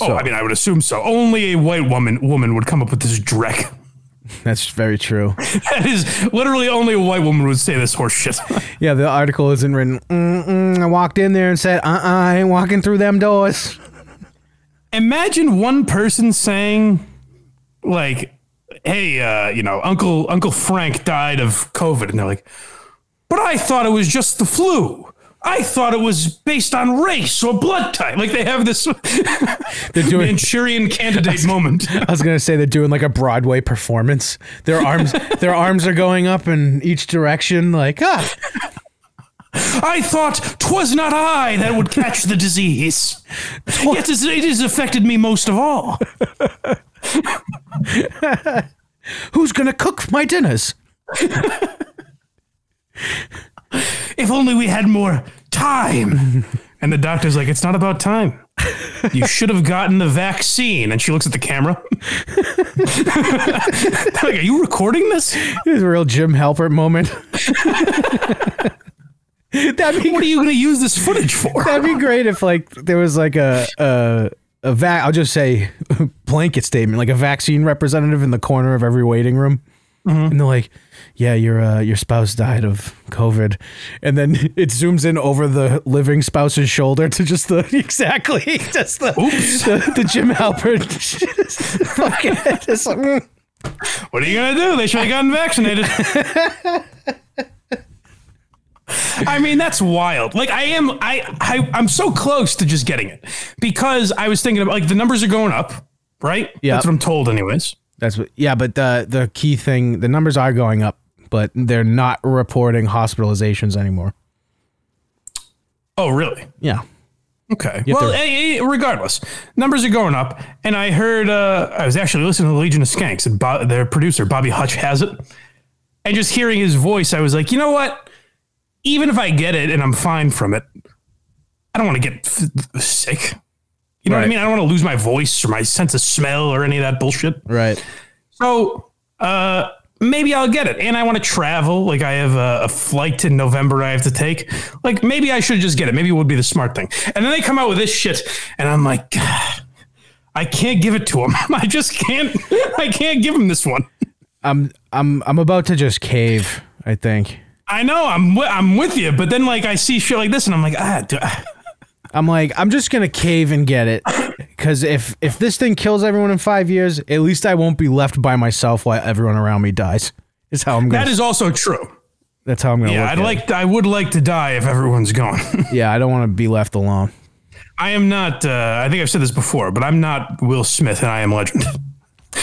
oh, I mean, I would assume so. Only a white woman woman would come up with this dreck.
That's very true.
That is literally only a white woman would say this horse shit.
Yeah, the article isn't written. Mm-mm, I walked in there and said, "Uh, uh I ain't walking through them doors."
imagine one person saying like hey uh you know uncle uncle frank died of covid and they're like But I thought it was just the flu. I thought it was based on race or blood type. Like they have this
They're doing.
Manchurian candidate moment.
I was gonna say they're doing like a Broadway performance. Their arms, their arms are going up in each direction. Like ah,
I thought 'twas not I that would catch the disease. Yet it it has affected me most of all.
who's gonna cook my dinners?
If only we had more time. And the doctor's like, it's not about time. You should have gotten the vaccine. And she looks at the camera. like, are you recording this?
It is a real Jim Halpert moment. that'd be
What are you going to use this footage for?
that'd be great if like there was like a a a vac. I'll just say blanket statement like a vaccine representative in the corner of every waiting room. And they're like, "Yeah, your uh, your spouse died of COVID," and then it zooms in over the living spouse's shoulder to just the exactly just the the, the Jim Halpert. fucking just like, mm.
What are you going to do? They should have gotten vaccinated. I mean, that's wild. Like I am, I, I, I'm so close to just getting it because I was thinking about like the numbers are going up, right?
Yeah.
That's what I'm told anyways.
That's what, yeah, but the the key thing, the numbers are going up, but they're not reporting hospitalizations anymore.
Oh, really?
Yeah.
Okay.
have
well,
to-
eh, eh, regardless, numbers are going up, and I heard uh, I was actually listening to the Legion of Skanks and Bo- their producer Bobby Hutch has it, and just hearing his voice, I was like, you know what? Even if I get it and I'm fine from it, I don't want to get f- sick. You know what I
Right.
mean? I don't want to lose my voice or my sense of smell or any of that bullshit.
Right.
So uh, maybe I'll get it. And I want to travel. Like I have a, a flight in November I have to take. Like maybe I should just get it. Maybe it would be the smart thing. And then they come out with this shit, and I'm like, God, I can't give it to him. I just can't. I can't give him this one.
I'm I'm I'm about to just cave, I think.
I know I'm wi- I'm with you, but then like I see shit like this, and I'm like, ah, do-
I'm like, I'm just gonna cave and get it. Cause if if this thing kills everyone in five years, at least I won't be left by myself while everyone around me dies. Is how I'm gonna
that is also true.
that's how I'm gonna
Yeah,
look
I'd
at it.
like I would like to die if everyone's gone.
Yeah, I don't wanna be left alone.
I am not. Uh, I think I've said this before, but I'm not Will Smith, and I am Legend.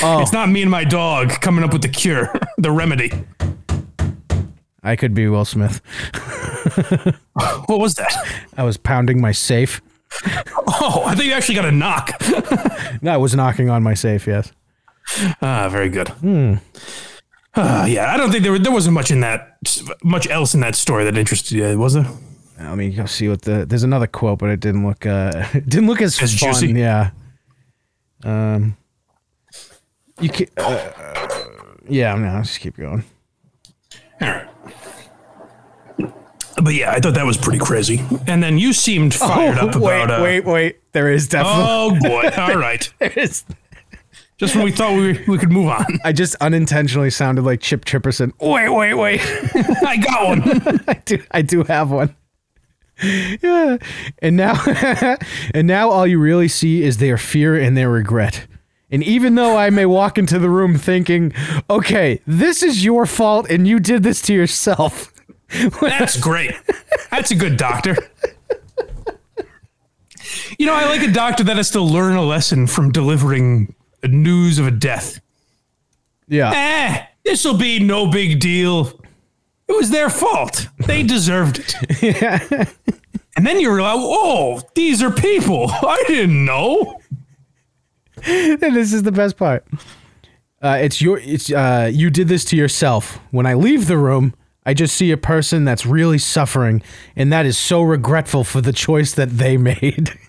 Oh.
It's not me and my dog coming up with the cure, the remedy.
I could be Will Smith.
What was that?
I was pounding my safe.
Oh, I think you actually got a knock.
No, I was knocking on my safe, yes.
Ah, very good.
Hmm.
Ah, yeah, I don't think there were, there wasn't much in that much else in that story that interested you, was there?
Let me go see what the there's another quote, but it didn't look uh it didn't look as,
As
fun.
juicy?
Yeah. Um. You can. Uh, uh, yeah, no, I'll just keep going.
All right. But yeah, I thought that was pretty crazy. And then you seemed fired up about. uh,
Oh, wait, wait, wait. There is definitely.
Oh boy! All right.
There is.
Just when we thought we, we could move on,
I just unintentionally sounded like Chip Chipperson. Wait, wait, wait.
I got one.
I do. I do have one. Yeah. And now, and now, all you really see is their fear and their regret. And even though I may walk into the room thinking, "Okay, this is your fault, and you did this to yourself,"
That's great. That's a good doctor. You know, I like a doctor that has to learn a lesson from delivering news of a death.
yeah,
Eh, this will be no big deal. It was their fault. They deserved it. And then you realize, oh, these are people. I didn't know.
and this is the best part. Uh, it's your. It's uh, you did this to yourself. When I leave the room, I just see a person that's really suffering, and that is so regretful for the choice that they made.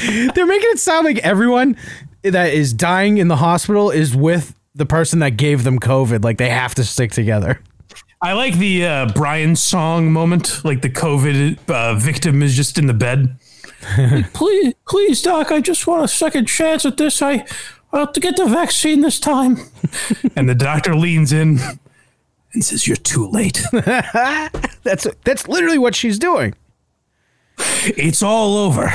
They're making it sound like everyone that is dying in the hospital is with the person that gave them COVID. Like they have to stick together.
I like the uh, Brian song moment, like the COVID uh, victim is just in the bed. please, please, doc, I just want a second chance at this. I, I'll have to get the vaccine this time. and the doctor leans in and says, "You're too late.
That's that's literally what she's doing.
It's all over.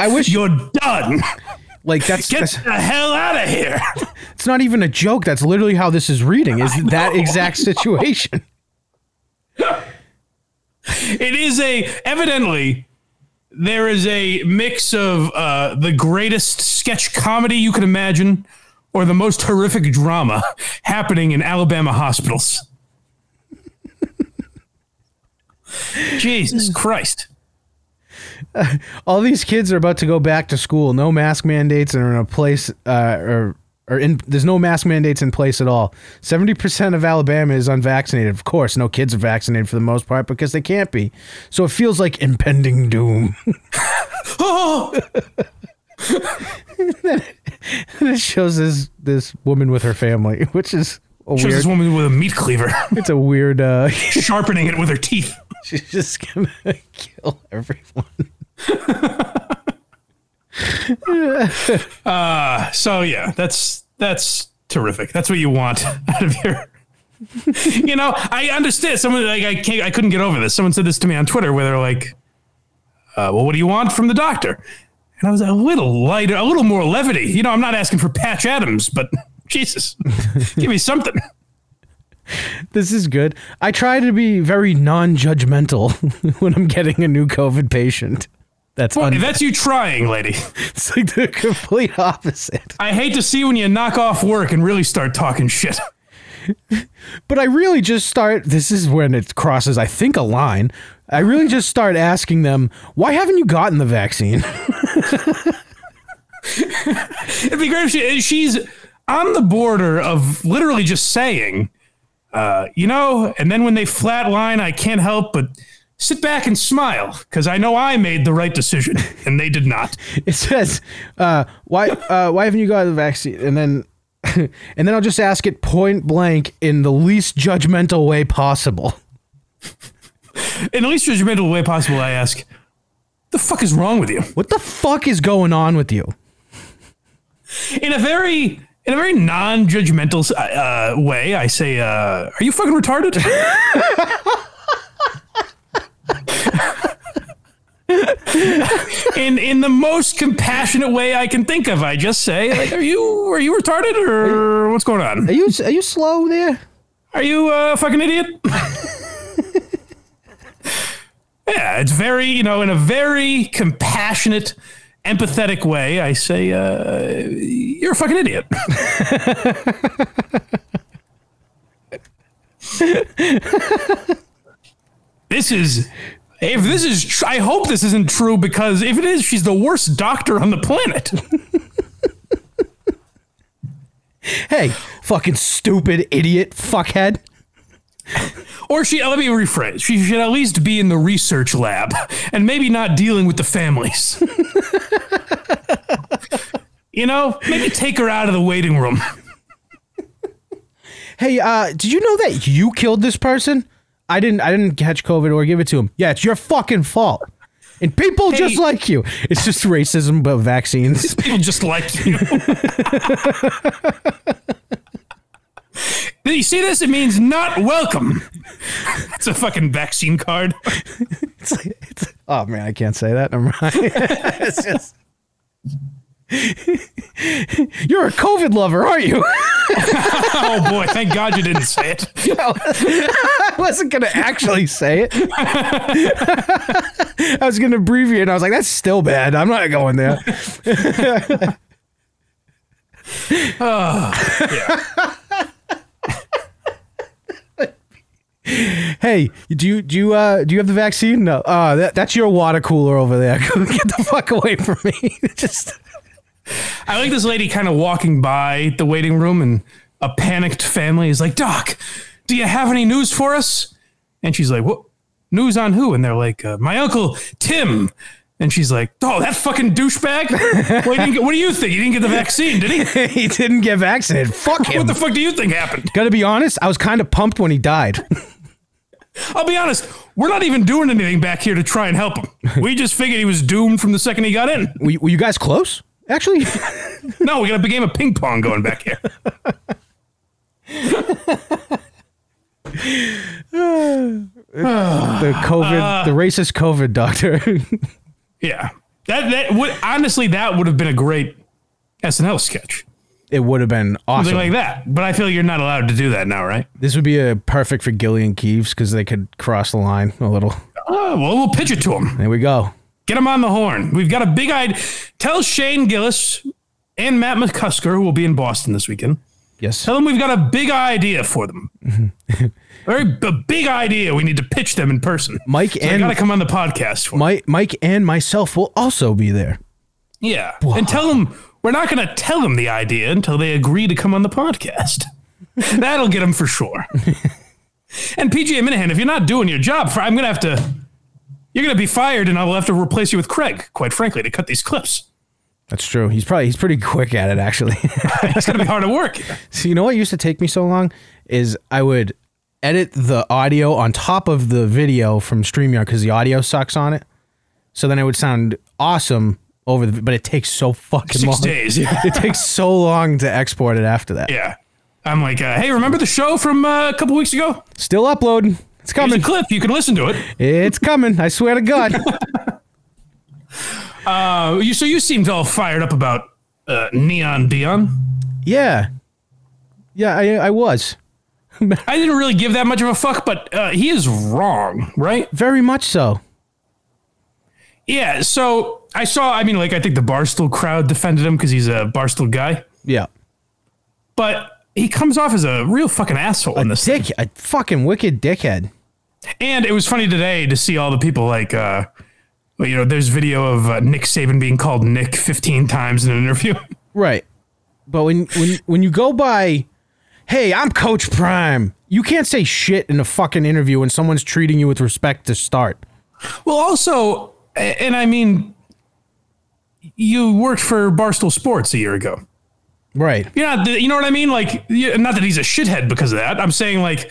I wish
You're done."
Like that's,
Get
that's
the hell out of here.
it's not even a joke. That's literally how this is reading. Is that exact situation?
it is a evidently there is a mix of uh, the greatest sketch comedy you can imagine or the most horrific drama happening in Alabama hospitals. Jesus Christ.
All these kids are about to go back to school. No mask mandates are in a place, uh, or or in there's no mask mandates in place at all. Seventy percent of Alabama is unvaccinated. Of course, no kids are vaccinated for the most part because they can't be. So it feels like impending doom.
Oh,
and it shows this this woman with her family, which is a
shows
weird.
this woman with a meat cleaver
It's a weird. Uh,
sharpening it with her teeth.
she's just gonna kill everyone.
So yeah, that's that's terrific. That's what you want out of your. you know, I understand. Someone like I can't, I couldn't get over this. Someone said this to me on Twitter where they're like, uh, "Well, what do you want from the doctor?" And I was a little lighter, a little more levity. You know, I'm not asking for Patch Adams, but Jesus, give me something.
This is good. I try to be very non-judgmental when I'm getting a new COVID patient. That's
Well,
un-
that's you trying, lady.
It's like the complete opposite.
I hate to see when you knock off work and really start talking shit.
But I really just start. This is when it crosses, I think, a line. I really just start asking them, why haven't you gotten the vaccine?
It'd be great if she, she's on the border of literally just saying, uh, you know, and then when they flatline, I can't help but sit back and smile because I know I made the right decision and they did not.
It says, uh, why, uh, why haven't you gotten the vaccine? And then, and then I'll just ask it point blank in the least judgmental way possible.
In the least judgmental way possible, I ask, the fuck is wrong with you?
What the fuck is going on with you?
In a very in a very non-judgmental uh, uh, way, I say, uh, "Are you fucking retarded?" in in the most compassionate way I can think of, I just say, "Like, are you are you retarded or what's going on?
Are you are you slow there?
Are you a fucking idiot?" yeah, it's very you know in a very compassionate, empathetic way. I say, uh, "You're a fucking idiot." this is if this is tr- i hope this isn't true because if it is she's the worst doctor on the planet
Hey, fucking stupid idiot, fuckhead.
or she let me rephrase she should at least be in the research lab and maybe not dealing with the families you know maybe take her out of the waiting room
Hey, uh, did you know that you killed this person? I didn't. I didn't catch COVID or give it to him. Yeah, it's your fucking fault. And people just
Hey.
like you. It's just racism, but vaccines.
people just like you you see this it means not welcome it's a fucking vaccine card
It's like- it's- oh man, I can't say that. Never mind. It's just- You're a COVID lover, aren't you?
oh boy thank god you didn't say it
I wasn't gonna actually say it. I was gonna abbreviate. And I was like, that's still bad. I'm not going there. Hey, do you do you uh, do you have the vaccine? No, uh, that, that's your water cooler over there. Get the fuck away from me. Just
I like this lady kind of walking by the waiting room, and a panicked family is like, Doc, do you have any news for us? And she's like, What news on who? And they're like, uh, My uncle Tim. And she's like, Oh, that fucking douchebag. Well, he didn't get- what do you think? He didn't get the vaccine, did he?
he didn't get vaccinated. Fuck him.
What the fuck do you think happened?
Gotta be honest, I was kind of pumped when he died.
I'll be honest, we're not even doing anything back here to try and help him. We just figured he was doomed from the second he got in.
were, you- were you guys close? Actually,
No, we got a big game of ping pong going back here.
the COVID,
Ah.
the racist COVID doctor.
Yeah. That that would honestly that would have been a great SNL sketch,
It would have been awesome.
something like that. But I feel you're not allowed to do that now, right?
this would be a perfect for Gillian Keeves because they could cross the line a little.
Oh, well, we'll pitch it to him.
There we go.
Get him on the horn. We've got a big eyed. Tell Shane Gillis and Matt McCusker, who will be in Boston this weekend,
Yes.
tell them we've got a big idea for them. Very b- big idea. We need to pitch them in person.
Mike
so
and-
got to come on the podcast for.
Mike, Mike and myself will also be there.
Yeah. And tell them we're not going to tell them the idea until they agree to come on the podcast. That'll get them for sure. and PJ Minahan, if you're not doing your job, for, I'm going to have to. You're going to be fired, and I will have to replace you with Craig. Quite frankly, to cut these clips,
That's true. He's probably he's pretty quick at it actually.
it's going to be hard at work. here.
so you know what used to take me so long is I would edit the audio on top of the video from StreamYard because the audio sucks on it. So then it would sound awesome over the but it takes so fucking
Six
long.
days. Yeah.
It takes so long to export it after that.
yeah. I'm like, uh, hey, remember the show from uh, a couple weeks ago?
Still uploading. It's
Here's a
coming.
clip. You can listen to it.
It's coming. I swear to God.
Uh, you, so you seemed all fired up about uh, Neon Dion.
yeah. Yeah, I I was.
I didn't really give that much of a fuck, but uh, he is wrong, right?
Very much so.
Yeah. So I saw. I mean, like, I think the Barstool crowd defended him because he's a Barstool guy,
Yeah.
but he comes off as a real fucking asshole in this.
Dick a fucking wicked dickhead.
And it was funny today to see all the people like, uh, well, you know, there's video of uh, Nick Saban being called Nick 15 times in an interview.
Right. But when when when you go by, hey, I'm Coach Prime. You can't say shit in a fucking interview when someone's treating you with respect to start.
well, also, a- and I mean, you worked for Barstool Sports a year ago.
Right.
You're not, you know what I mean? Like, you- not that he's a shithead because of that. I'm saying like,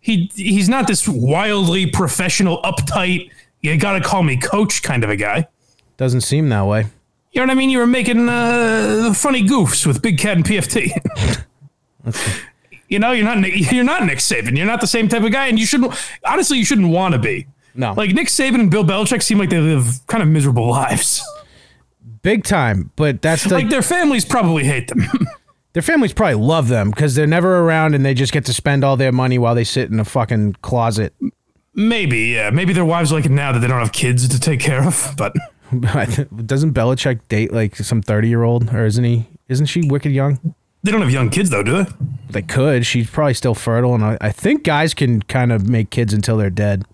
he he's not this wildly professional, uptight. You gotta call me coach kind of a guy.
Doesn't seem that way.
You know what I mean? You were making uh, funny goofs with Big Cat and PFT. you know, you're not Nick, you're not Nick Saban. You're not the same type of guy, and you shouldn't. Honestly, you shouldn't want to be.
No.
Like Nick Saban and Bill Belichick seem like they live kind of miserable lives.
Big time. But that's the,
Like their families probably hate them.
their families probably love them because they're never around and they just get to spend all their money while they sit in a fucking closet.
maybe, yeah. Maybe their wives like it now that they don't have kids to take care of. But
Doesn't Belichick date like some thirty year old or isn't he? Isn't she wicked young?
They don't have young kids though, do they?
They could. She's probably still fertile, and I, I think guys can kind of make kids until they're dead.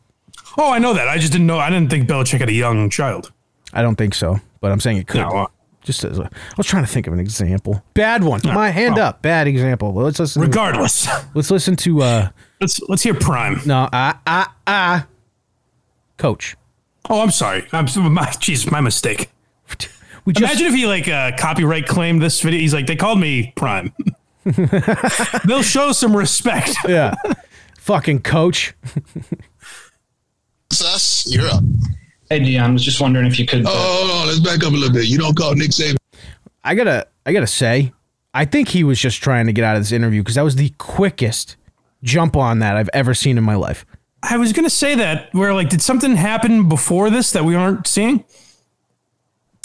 Oh, I know that. I just didn't know. I didn't think Belichick had a young child.
I don't think so, but I'm saying it could.
No, uh,
Just as a, I was trying to think of an example. Bad one. My hand
well.
up. Bad example. Well, let's listen. To,
Regardless,
let's listen to. uh
let's let's hear Prime.
No, ah ah ah. Coach,
Oh, I'm sorry. I'm so- my jeez, my mistake.
we just
Imagine if he like uh, copyright claimed this video. He's like, they called me Prime. They'll show some respect.
yeah. Fucking coach.
Sus, you're up.
Hey, Dion, was just wondering if you could.
Oh, hold on, let's back up a little bit. You don't call Nick Saban.
I gotta I gotta say, I think he was just trying to get out of this interview because that was the quickest jump on that I've ever seen in my life.
I was gonna say that where like, did something happen before this that we aren't seeing?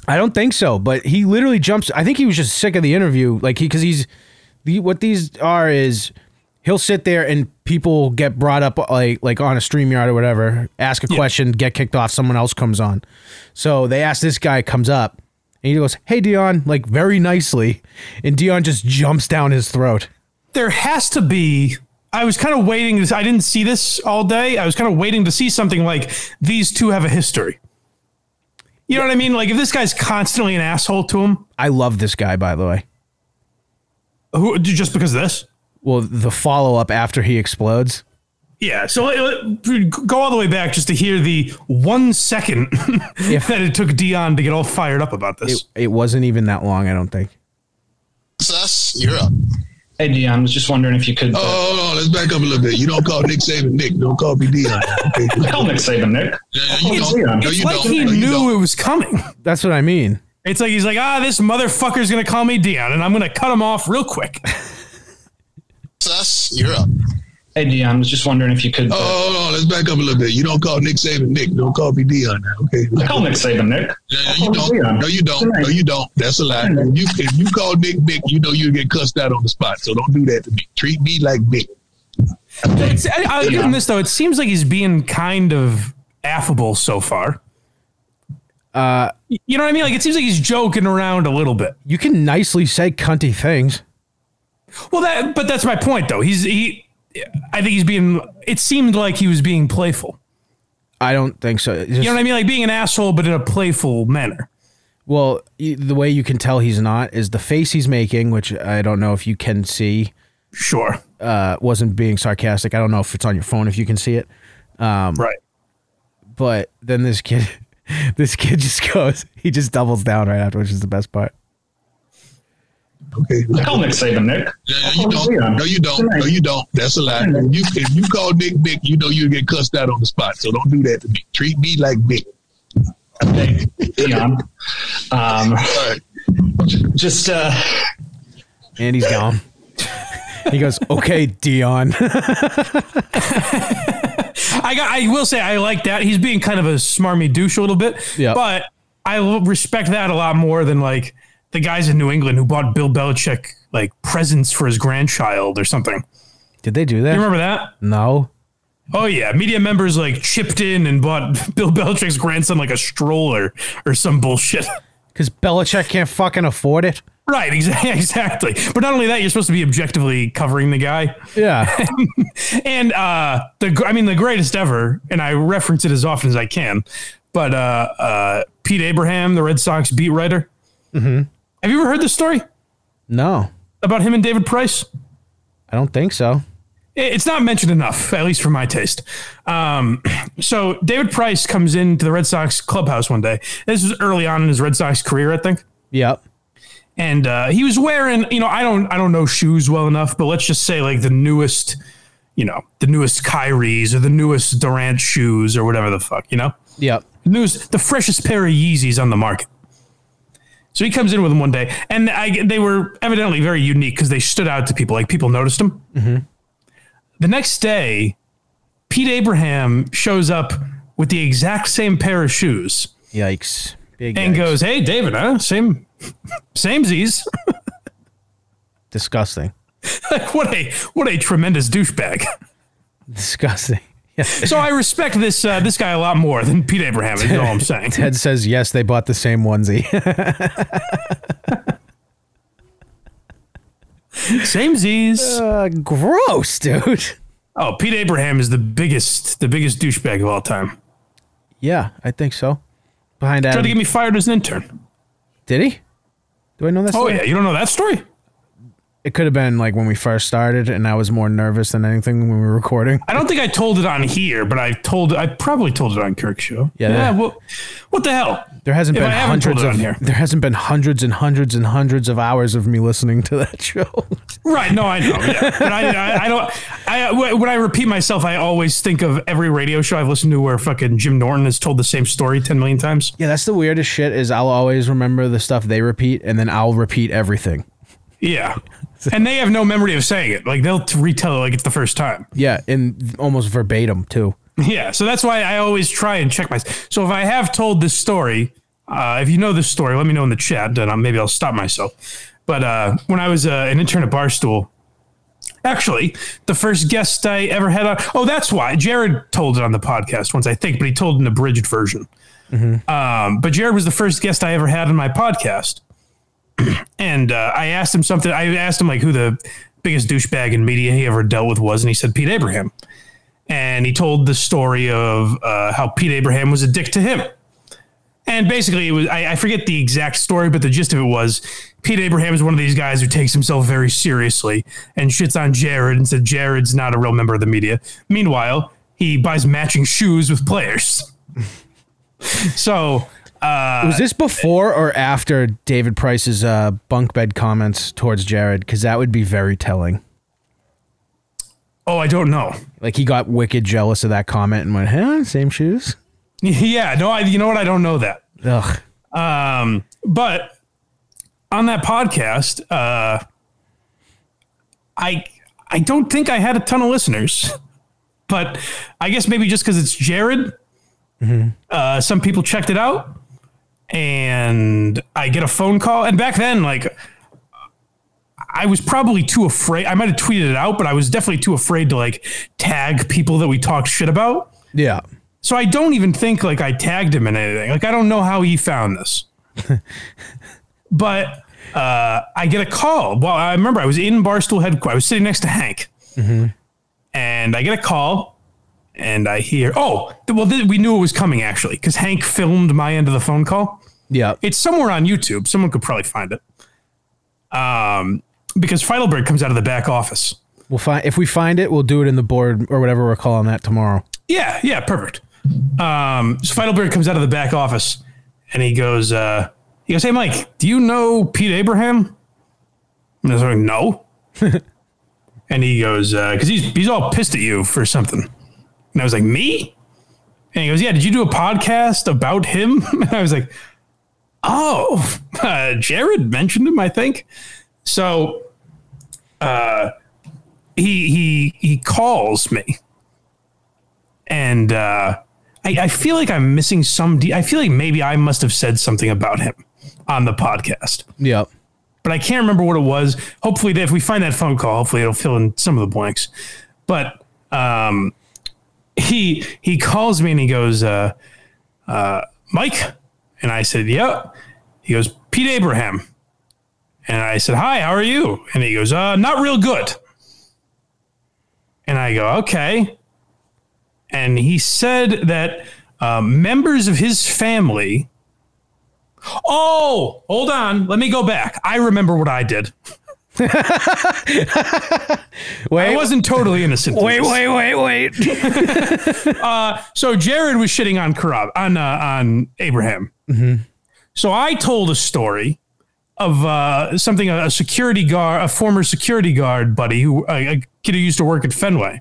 I don't think so, but he literally jumps. I think he was just sick of the interview, like he because he's the what these are is he'll sit there and people get brought up like like on a stream yard or whatever, ask a question, get kicked off, someone else comes on. So they ask this guy comes up and he goes, "Hey Dion," like very nicely, and Dion just jumps down his throat.
there has to be I was kind of waiting I didn't see this all day. I was kind of waiting to see something like these two have a history. You know what I mean? Like if this guy's constantly an asshole to him,
I love this guy, by the way.
who just because of this?
Well, the follow up after he explodes.
Yeah, so uh, go all the way back just to hear the one second that it took Dion to get all fired up about this.
It wasn't even that long, I don't think.
Sus, you're up.
Hey, Dion, was just wondering if you could.
Oh, hold on, let's back up a little bit. You don't call Nick Saban Nick. Don't call me Dion. Okay.
Hell, Nick Saban, Nick.
Yeah, you
It's-
don't.
it's
No,
it's
you
like
don't.
he
No, you
knew
don't.
it was coming.
That's what I mean.
It's like he's like, ah, this motherfucker's gonna call me Dion, and I'm gonna cut him off real quick.
Sus, you're up.
Hey Dion, was just wondering if you could
Oh, hold on. Let's back up a little bit. You don't call Nick Saban Nick. Don't call me Dion now. Okay.
I call Nick Saban Nick.
Yeah,
I
you
call him
don't.
Dion.
No, you don't. No, you don't. That's a lie. If you, if you call Nick Nick, you know you'll get cussed out on the spot. So don't do that to me. Treat me like Nick.
It's, I, I'll give him this though. It seems like he's being kind of affable so far. Uh, you know what I mean? Like it seems like he's joking around a little bit.
You can nicely say cunty things.
Well, that but that's my point though. He's he. I think he's being. It seemed like he was being playful.
I don't think so. It's Just,
You know what I mean? Like being an asshole, but in a playful manner.
Well, y- the way you can tell he's not is the face he's making, which I don't know if you can see.
Sure.
Uh, wasn't being sarcastic. I don't know if it's on your phone if you can see it.
right.
But then this kid, this kid just goes. He just doubles down right after, which is the best part.
Okay.
I uh, call Nick Saban Nick.
Yeah,
I
you
call him Dion.
don't. No, you don't. No, you don't. That's a lie. If you, if you call Nick Nick, you know you'll get cussed out on the spot. So don't do that to me. Treat me like Nick.
Hey, Dion. Um,
All right.
just uh,
And he's gone. he goes, "Okay, Dion."
I got. I will say I like that. He's being kind of a smarmy douche a little bit.
Yeah.
But I l- respect that a lot more than like the guys in New England who bought Bill Belichick like presents for his grandchild or something.
Did they do that?
You remember that?
no.
Oh yeah, media members like chipped in and bought Bill Belichick's grandson like a stroller or some bullshit.
Because Belichick can't fucking afford it.
right, exactly, exactly. But not only that, you're supposed to be objectively covering the guy.
Yeah.
And uh the gr- I mean the greatest ever, and I reference it as often as I can. But uh uh Pete Abraham, the Red Sox beat writer. Have you ever heard this story
no,
about him and David Price?
I don't think so.
it- it's not mentioned enough, at least for my taste. Um, so David Price comes into the Red Sox clubhouse one day. This was early on in his Red Sox career, I think.
Yep.
And uh, he was wearing, you know, I don't, I don't know shoes well enough, but let's just say like the newest, you know, the newest Kyrie's or the newest Durant shoes or whatever the fuck, you know
Yep.
news the freshest pair of Yeezys on the market. So he comes in with them one day, and I, they were evidently very unique because they stood out to people. Like people noticed them. The next day, Pete Abraham shows up with the exact same pair of shoes
Yikes. Big
and
yikes.
goes, "Hey, David, huh? Same, same Z's.
Disgusting.
like what a what a tremendous douchebag."
Disgusting. Yeah.
so I respect this uh, this guy a lot more than Pete Abraham. Is all I'm saying.
Ted says yes, they bought the same onesie.
Same Z's.
uh, gross, dude.
Oh, Pete Abraham is the biggest, the biggest douchebag of all time.
Yeah, I think so. Behind
Tried
Adam.
to get me fired as an intern.
Did he? Do I know that?
Oh
story?
yeah, you don't know that story?
It could have been like when we first started, and I was more nervous than anything when we were recording.
I don't think I told it on here, but I told, I probably told it on Kirk's show.
Yeah, yeah.
well, what the hell?
There hasn't
If
been
I haven't told
hundreds
it
of
on here.
there hasn't been hundreds and hundreds and hundreds of hours of me listening to that show.
Right? No, I know. Yeah. But I, I, I don't. I uh, when I repeat myself, I always think of every radio show I've listened to where fucking Jim Norton has told the same story ten million times.
yeah, that's the weirdest shit. Is I'll always remember the stuff they repeat, and then I'll repeat everything.
Yeah. And they have no memory of saying it. Like they'll t- retell it like it's the first time.
Yeah, and almost verbatim too.
Yeah, so that's why I always try and check my. So if I have told this story, uh, if you know this story, let me know in the chat, and I'll, maybe I'll stop myself. But uh, when I was uh, an intern at Barstool, actually, the first guest I ever had on. Oh, that's why Jared told it on the podcast once, I think, but he told an abridged version. Um, but Jared was the first guest I ever had on my podcast, and uh, I asked him something. I asked him like who the biggest douchebag in media he ever dealt with was, and he said Pete Abraham and he told the story of uh, how Pete Abraham was a dick to him. And basically, it was I, I forget the exact story, but the gist of it was Pete Abraham is one of these guys who takes himself very seriously and shits on Jared and said Jared's not a real member of the media. Meanwhile, he buys matching shoes with players. so
Was this before or after David Price's uh, bunk bed comments towards Jared? Because that would be very telling.
Oh, I don't know.
Like he got wicked jealous of that comment and went, "Huh, same shoes."
Yeah, no, I, you know what? I don't know that.
Ugh.
Um, but on that podcast, uh, I I don't think I had a ton of listeners, but I guess maybe just because it's Jared, uh, some people checked it out, and I get a phone call. And back then, like, I was probably too afraid. I might have tweeted it out, but I was definitely too afraid to like tag people that we talked shit about.
Yeah.
So I don't even think like I tagged him in anything. Like I don't know how he found this. but uh, I get a call. Well, I remember I was in Barstool headquarters. I was sitting next to Hank. And I get a call and I hear, oh, th- well, th- we knew it was coming actually because Hank filmed my end of the phone call.
Yeah.
It's somewhere on YouTube. Someone could probably find it. Um, because Feidelberg comes out of the back office.
We'll find if we find it, we'll do it in the board or whatever we're calling that tomorrow.
Yeah, yeah, perfect. Um, so Feidelberg comes out of the back office and he goes, uh, he goes, Hey Mike, do you know Pete Abraham? And I was like, No. and he goes, uh, cause he's, he's all pissed at you for something. And I was like, me? And he goes, yeah, did you do a podcast about him? And I was like, Oh, uh, Jared mentioned him, I think. So, uh, he, he, he calls me and uh, I, I feel like I'm missing some. De- I feel like maybe I must have said something about him on the podcast,
Yeah.
but I can't remember what it was. Hopefully, if we find that phone call, hopefully it'll fill in some of the blanks. But um, he he calls me and he goes, uh, uh, "Mike," and I said, "Yep." He goes, "Pete Abraham," and I said, "Hi, how are you?" And he goes, "Uh, not real good." And I go, "Okay." and he said that uh, members of his family. Oh, hold on. Let me go back. I remember what I did.
Wait.
I wasn't totally innocent. to
wait,
this. Uh,
wait, wait, wait.
So Jared was shitting on Karab on uh, on Abraham.
Mm-hmm.
So I told a story of uh, something a, a security guard, a former security guard buddy who a, a kid who used to work at Fenway,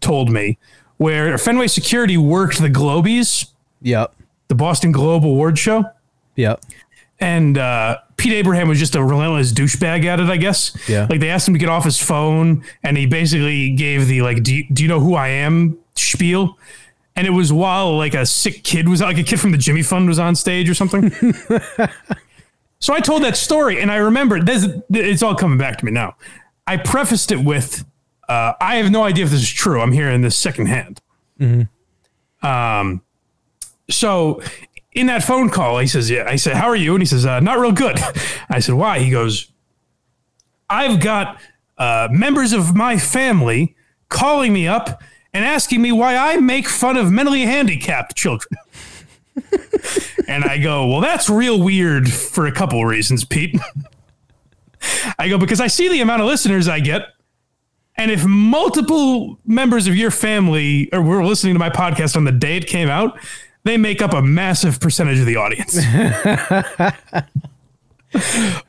told me where Fenway security worked the Globies,
yep.
the Boston Globe Award show.
Yep.
and uh, Pete Abraham was just a relentless douchebag at it, I guess.
Yeah.
Like they asked him to get off his phone, and he basically gave the like, "Do you, do you know who I am?" spiel, and it was while like a sick kid was like a kid from the Jimmy Fund was on stage or something. so I told that story, and I remember this. It's all coming back to me now. I prefaced it with, uh, "I have no idea if this is true. I'm hearing this secondhand." so in that phone call, he says, Yeah, I said, How are you? And he says, uh, Not real good. I said, Why? He goes, I've got uh, members of my family calling me up and asking me why I make fun of mentally handicapped children. and I go, Well, that's real weird for a couple of reasons, Pete. I go, Because I see the amount of listeners I get. And if multiple members of your family or were listening to my podcast on the day it came out, they make up a massive percentage of the audience.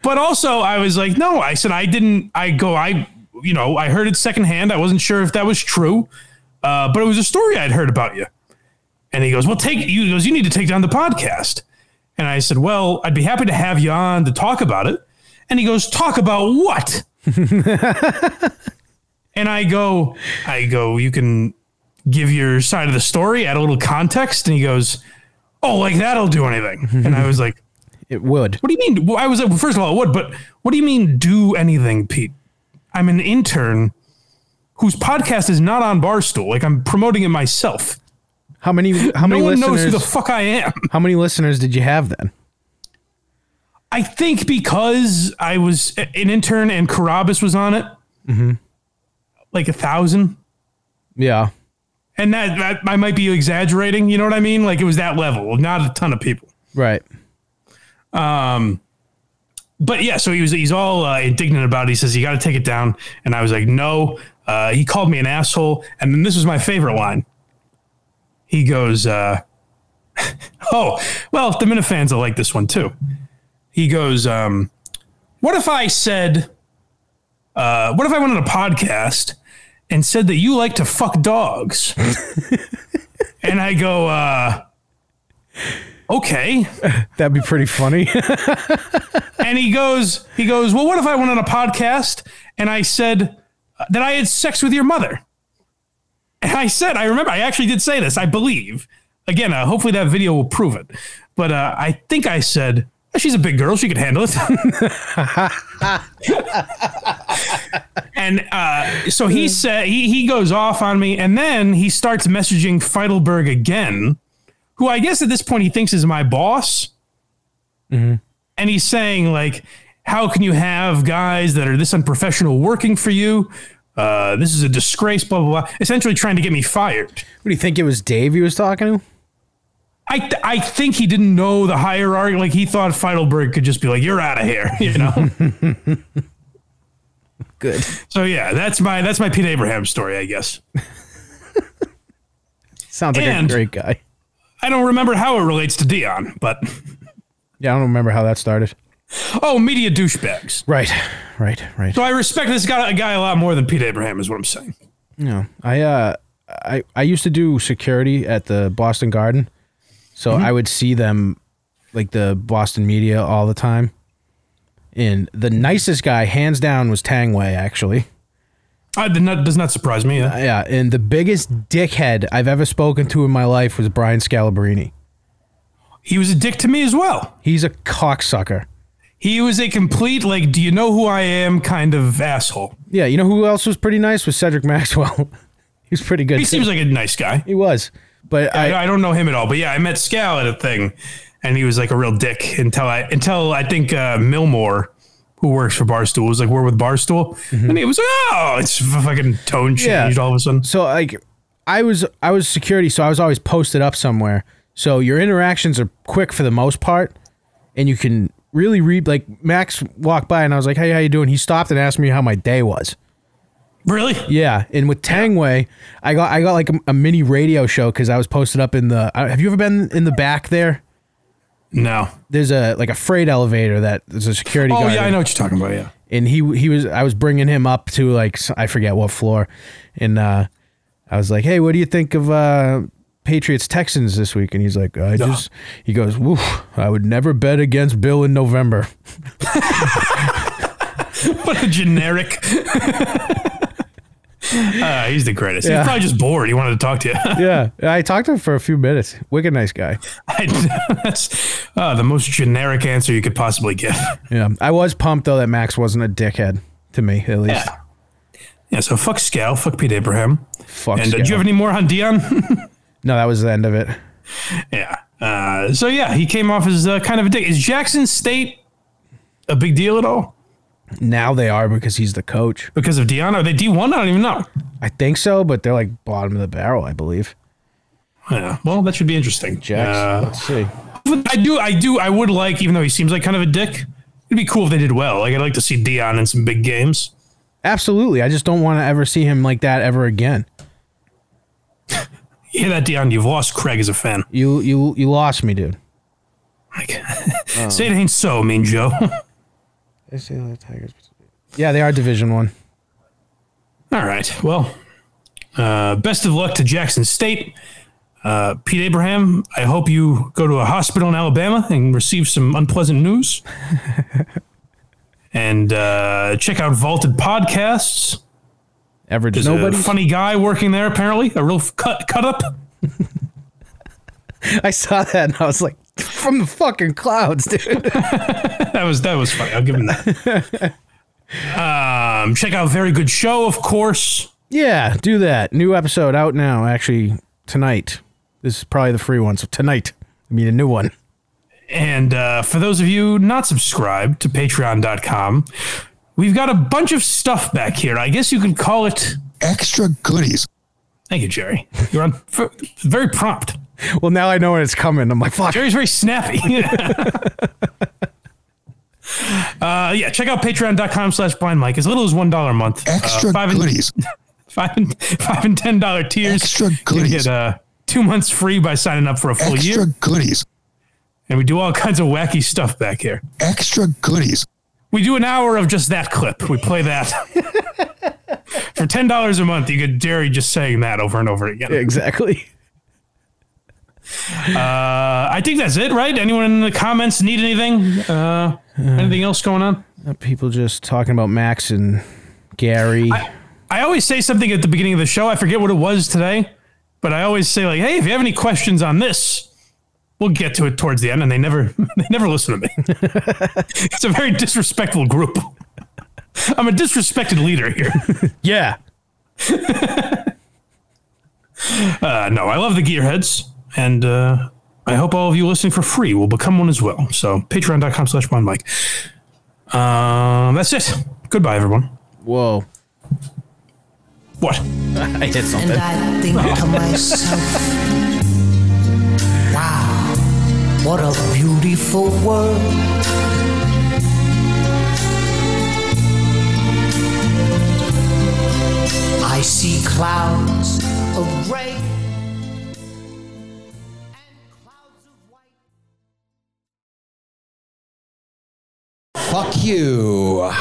but also, I was like, no, I said, I didn't, I go, I, you know, I heard it secondhand. I wasn't sure if that was true, uh, but it was a story I'd heard about you. And he goes, well, take, you, he goes, you need to take down the podcast. And I said, well, I'd be happy to have you on to talk about it. And he goes, talk about what? and I go, I go, you can give your side of the story, add a little context. And he goes, Oh, like that'll do anything. And I was like,
It would.
What do you mean? Well, I was like, well, First of all, it would, but what do you mean do anything, Pete? I'm an intern whose podcast is not on Barstool. Like I'm promoting it myself.
How many
No
how many
one knows
listeners
who the fuck I am.
how many listeners did you have then?
I think because I was a- an intern and Carabas was on it, like a thousand.
Yeah.
and that, that I might be exaggerating. You know what I mean? Like it was that level, not a ton of people.
Right.
But yeah, so he was he's all uh, indignant about. it. He says you got to take it down, and I was like, no. Uh, he called me an asshole, and then this was my favorite line. He goes, uh, oh well, the Minifans will like this one too. He goes, um, what if I said, uh, what if I went on a podcast and said that you like to fuck dogs? and I go, uh, okay.
That'd be pretty funny.
And he goes, he goes, well, what if I went on a podcast and I said, uh, that I had sex with your mother. And I said, I remember, I actually did say this, I believe. Again, uh, hopefully that video will prove it. But uh, I think I said, "Oh, she's a big girl, she could handle it. and uh, so he said, he, he goes off on me. And then he starts messaging Feidelberg again, who I guess at this point he thinks is my boss and he's saying like how can you have guys that are this unprofessional working for you uh, this is a disgrace blah blah blah essentially trying to get me fired
What do you think it was Dave he was talking to?
I, th- I think he didn't know the hierarchy like he thought Feidelberg could just be like you're out of here you know
Good.
so yeah that's my that's my Pete Abraham story I guess
Sounds like
And-
a great guy.
I don't remember how it relates to Dion but
Yeah, I don't remember how that started.
oh media douchebags
Right, right, right.
so I respect this guy, guy a lot more than Pete Abraham is what I'm saying
No, I uh, I I used to do security at the Boston Garden, so I would see them, like the Boston media, all the time. And the nicest guy, hands down, was Tangway. Actually,
I did not, does not surprise me yeah.
yeah. And the biggest dickhead I've ever spoken to in my life was Brian Scalabrine.
he was a dick to me as well
He's a cocksucker.
He was a complete like, do you know who I am? Kind of asshole.
Yeah, you know who else was pretty nice was Cedric Maxwell. he was pretty good.
He seems like a nice guy.
he was, but I,
I, I don't know him at all, but yeah, I met Scal at a thing, and he was like a real dick until I until I think uh, Millmore, who works for Barstool, was like we're with Barstool, and he was like, oh, it's f- fucking tone changed
Mm-hmm. Yeah.
all of a sudden.
so like i was i was security so i was always posted up somewhere so your interactions are quick for the most part and you can really read like max walked by and i was like hey how you doing he stopped and asked me how my day was
Really?
yeah and with tangway i got i got like a, a mini radio show because i was posted up in the I- have you ever been in the back there
No.
there's a like a freight elevator that there's a security
Oh
guard
yeah, I
in
know what you're talking about. Yeah.
and he he was I was bringing him up to like s- I forget what floor, and uh, I was like, hey, what do you think of uh, Patriots Texans this week? And he's like, I just he goes, woof, I would never bet against Bill in November.
What a generic. Uh, he's the greatest.
Yeah.
He's probably just bored. He wanted to talk to you.
yeah, I talked to him for a few minutes. Wicked nice guy.
I- that's uh, the most generic answer you could possibly give.
Yeah, I was pumped though that Max wasn't a dickhead to me at least.
Yeah. Yeah, so fuck Scal, fuck Pete Abraham.
Fuck.
and uh, do you
Scal.
have any more on Dion?
no, that was the end of it.
yeah. Uh, so yeah, he came off as uh, kind of a dick. Is Jackson State a big deal at all
Now they are because he's the coach.
because of Dion? Are they D one? I don't even know.
I think so, but they're like bottom of the barrel, I believe.
Yeah. Well, that should be interesting.
Jax,
Uh,
let's see.
I do. I do. I would like, even though he seems like kind of a dick. It'd be cool if they did well. Like I'd like to see Dion in some big games.
Absolutely. I just don't want to ever see him like that ever again.
You hear that, Dion? You've lost Craig as a fan.
You you you lost me, dude.
Like, say it ain't so, Mean Joe.
Yeah, they are Division One.
All right. Well, uh, best of luck to Jackson State. Uh, Pete Abraham, I hope you go to a hospital in Alabama and receive some unpleasant news. and uh, check out Vaulted Podcasts.
Ever
There's
nobody.
a funny guy working there, apparently. A real f- cut, cut up.
I saw that and I was like, from the fucking clouds, dude.
That was that was funny. I'll give him that. um, check out Very Good Show, of course.
yeah, do that. New episode out now. Actually, tonight. This is probably the free one. So tonight, I mean a new one.
And uh, for those of you not subscribed to patreon.com, we've got a bunch of stuff back here. I guess you could call it.
Extra goodies.
Thank you, Jerry. You're on f- very prompt.
Well, now I know when it's coming. I'm like, fuck.
Jerry's very snappy. Uh, yeah, check out patreon.com slash blind mike. As little as $1 a month. Uh,
Extra
five, and,
goodies.
five, and, five and $10 tiers.
Extra
You
goodies.
get uh, two months free by signing up for a full year.
Extra goodies.
And we do all kinds of wacky stuff back here.
Extra goodies.
We do an hour of just that clip. We play that. For ten dollars a month, you get Jerry just saying that over and over again.
Exactly.
Uh, I think that's it, right? Anyone in the comments need anything? Uh, anything else going on?
People just talking about Max and Gary.
I always say something at the beginning of the show. I forget what it was today, but I always say like, "Hey, if you have any questions on this, we'll get to it towards the end." And they never, they never listen to me. it's a very disrespectful group. I'm a disrespected leader here.
Yeah.
Uh, no, I love the gearheads, and uh, I hope all of you listening for free will become one as well. So patreon.com slash one Mike. Um, that's it. Goodbye, everyone.
Whoa.
What?
I hit
And
something.
I think to myself, wow, what a beautiful world. I see clouds of gray. and clouds of white.
Fuck you.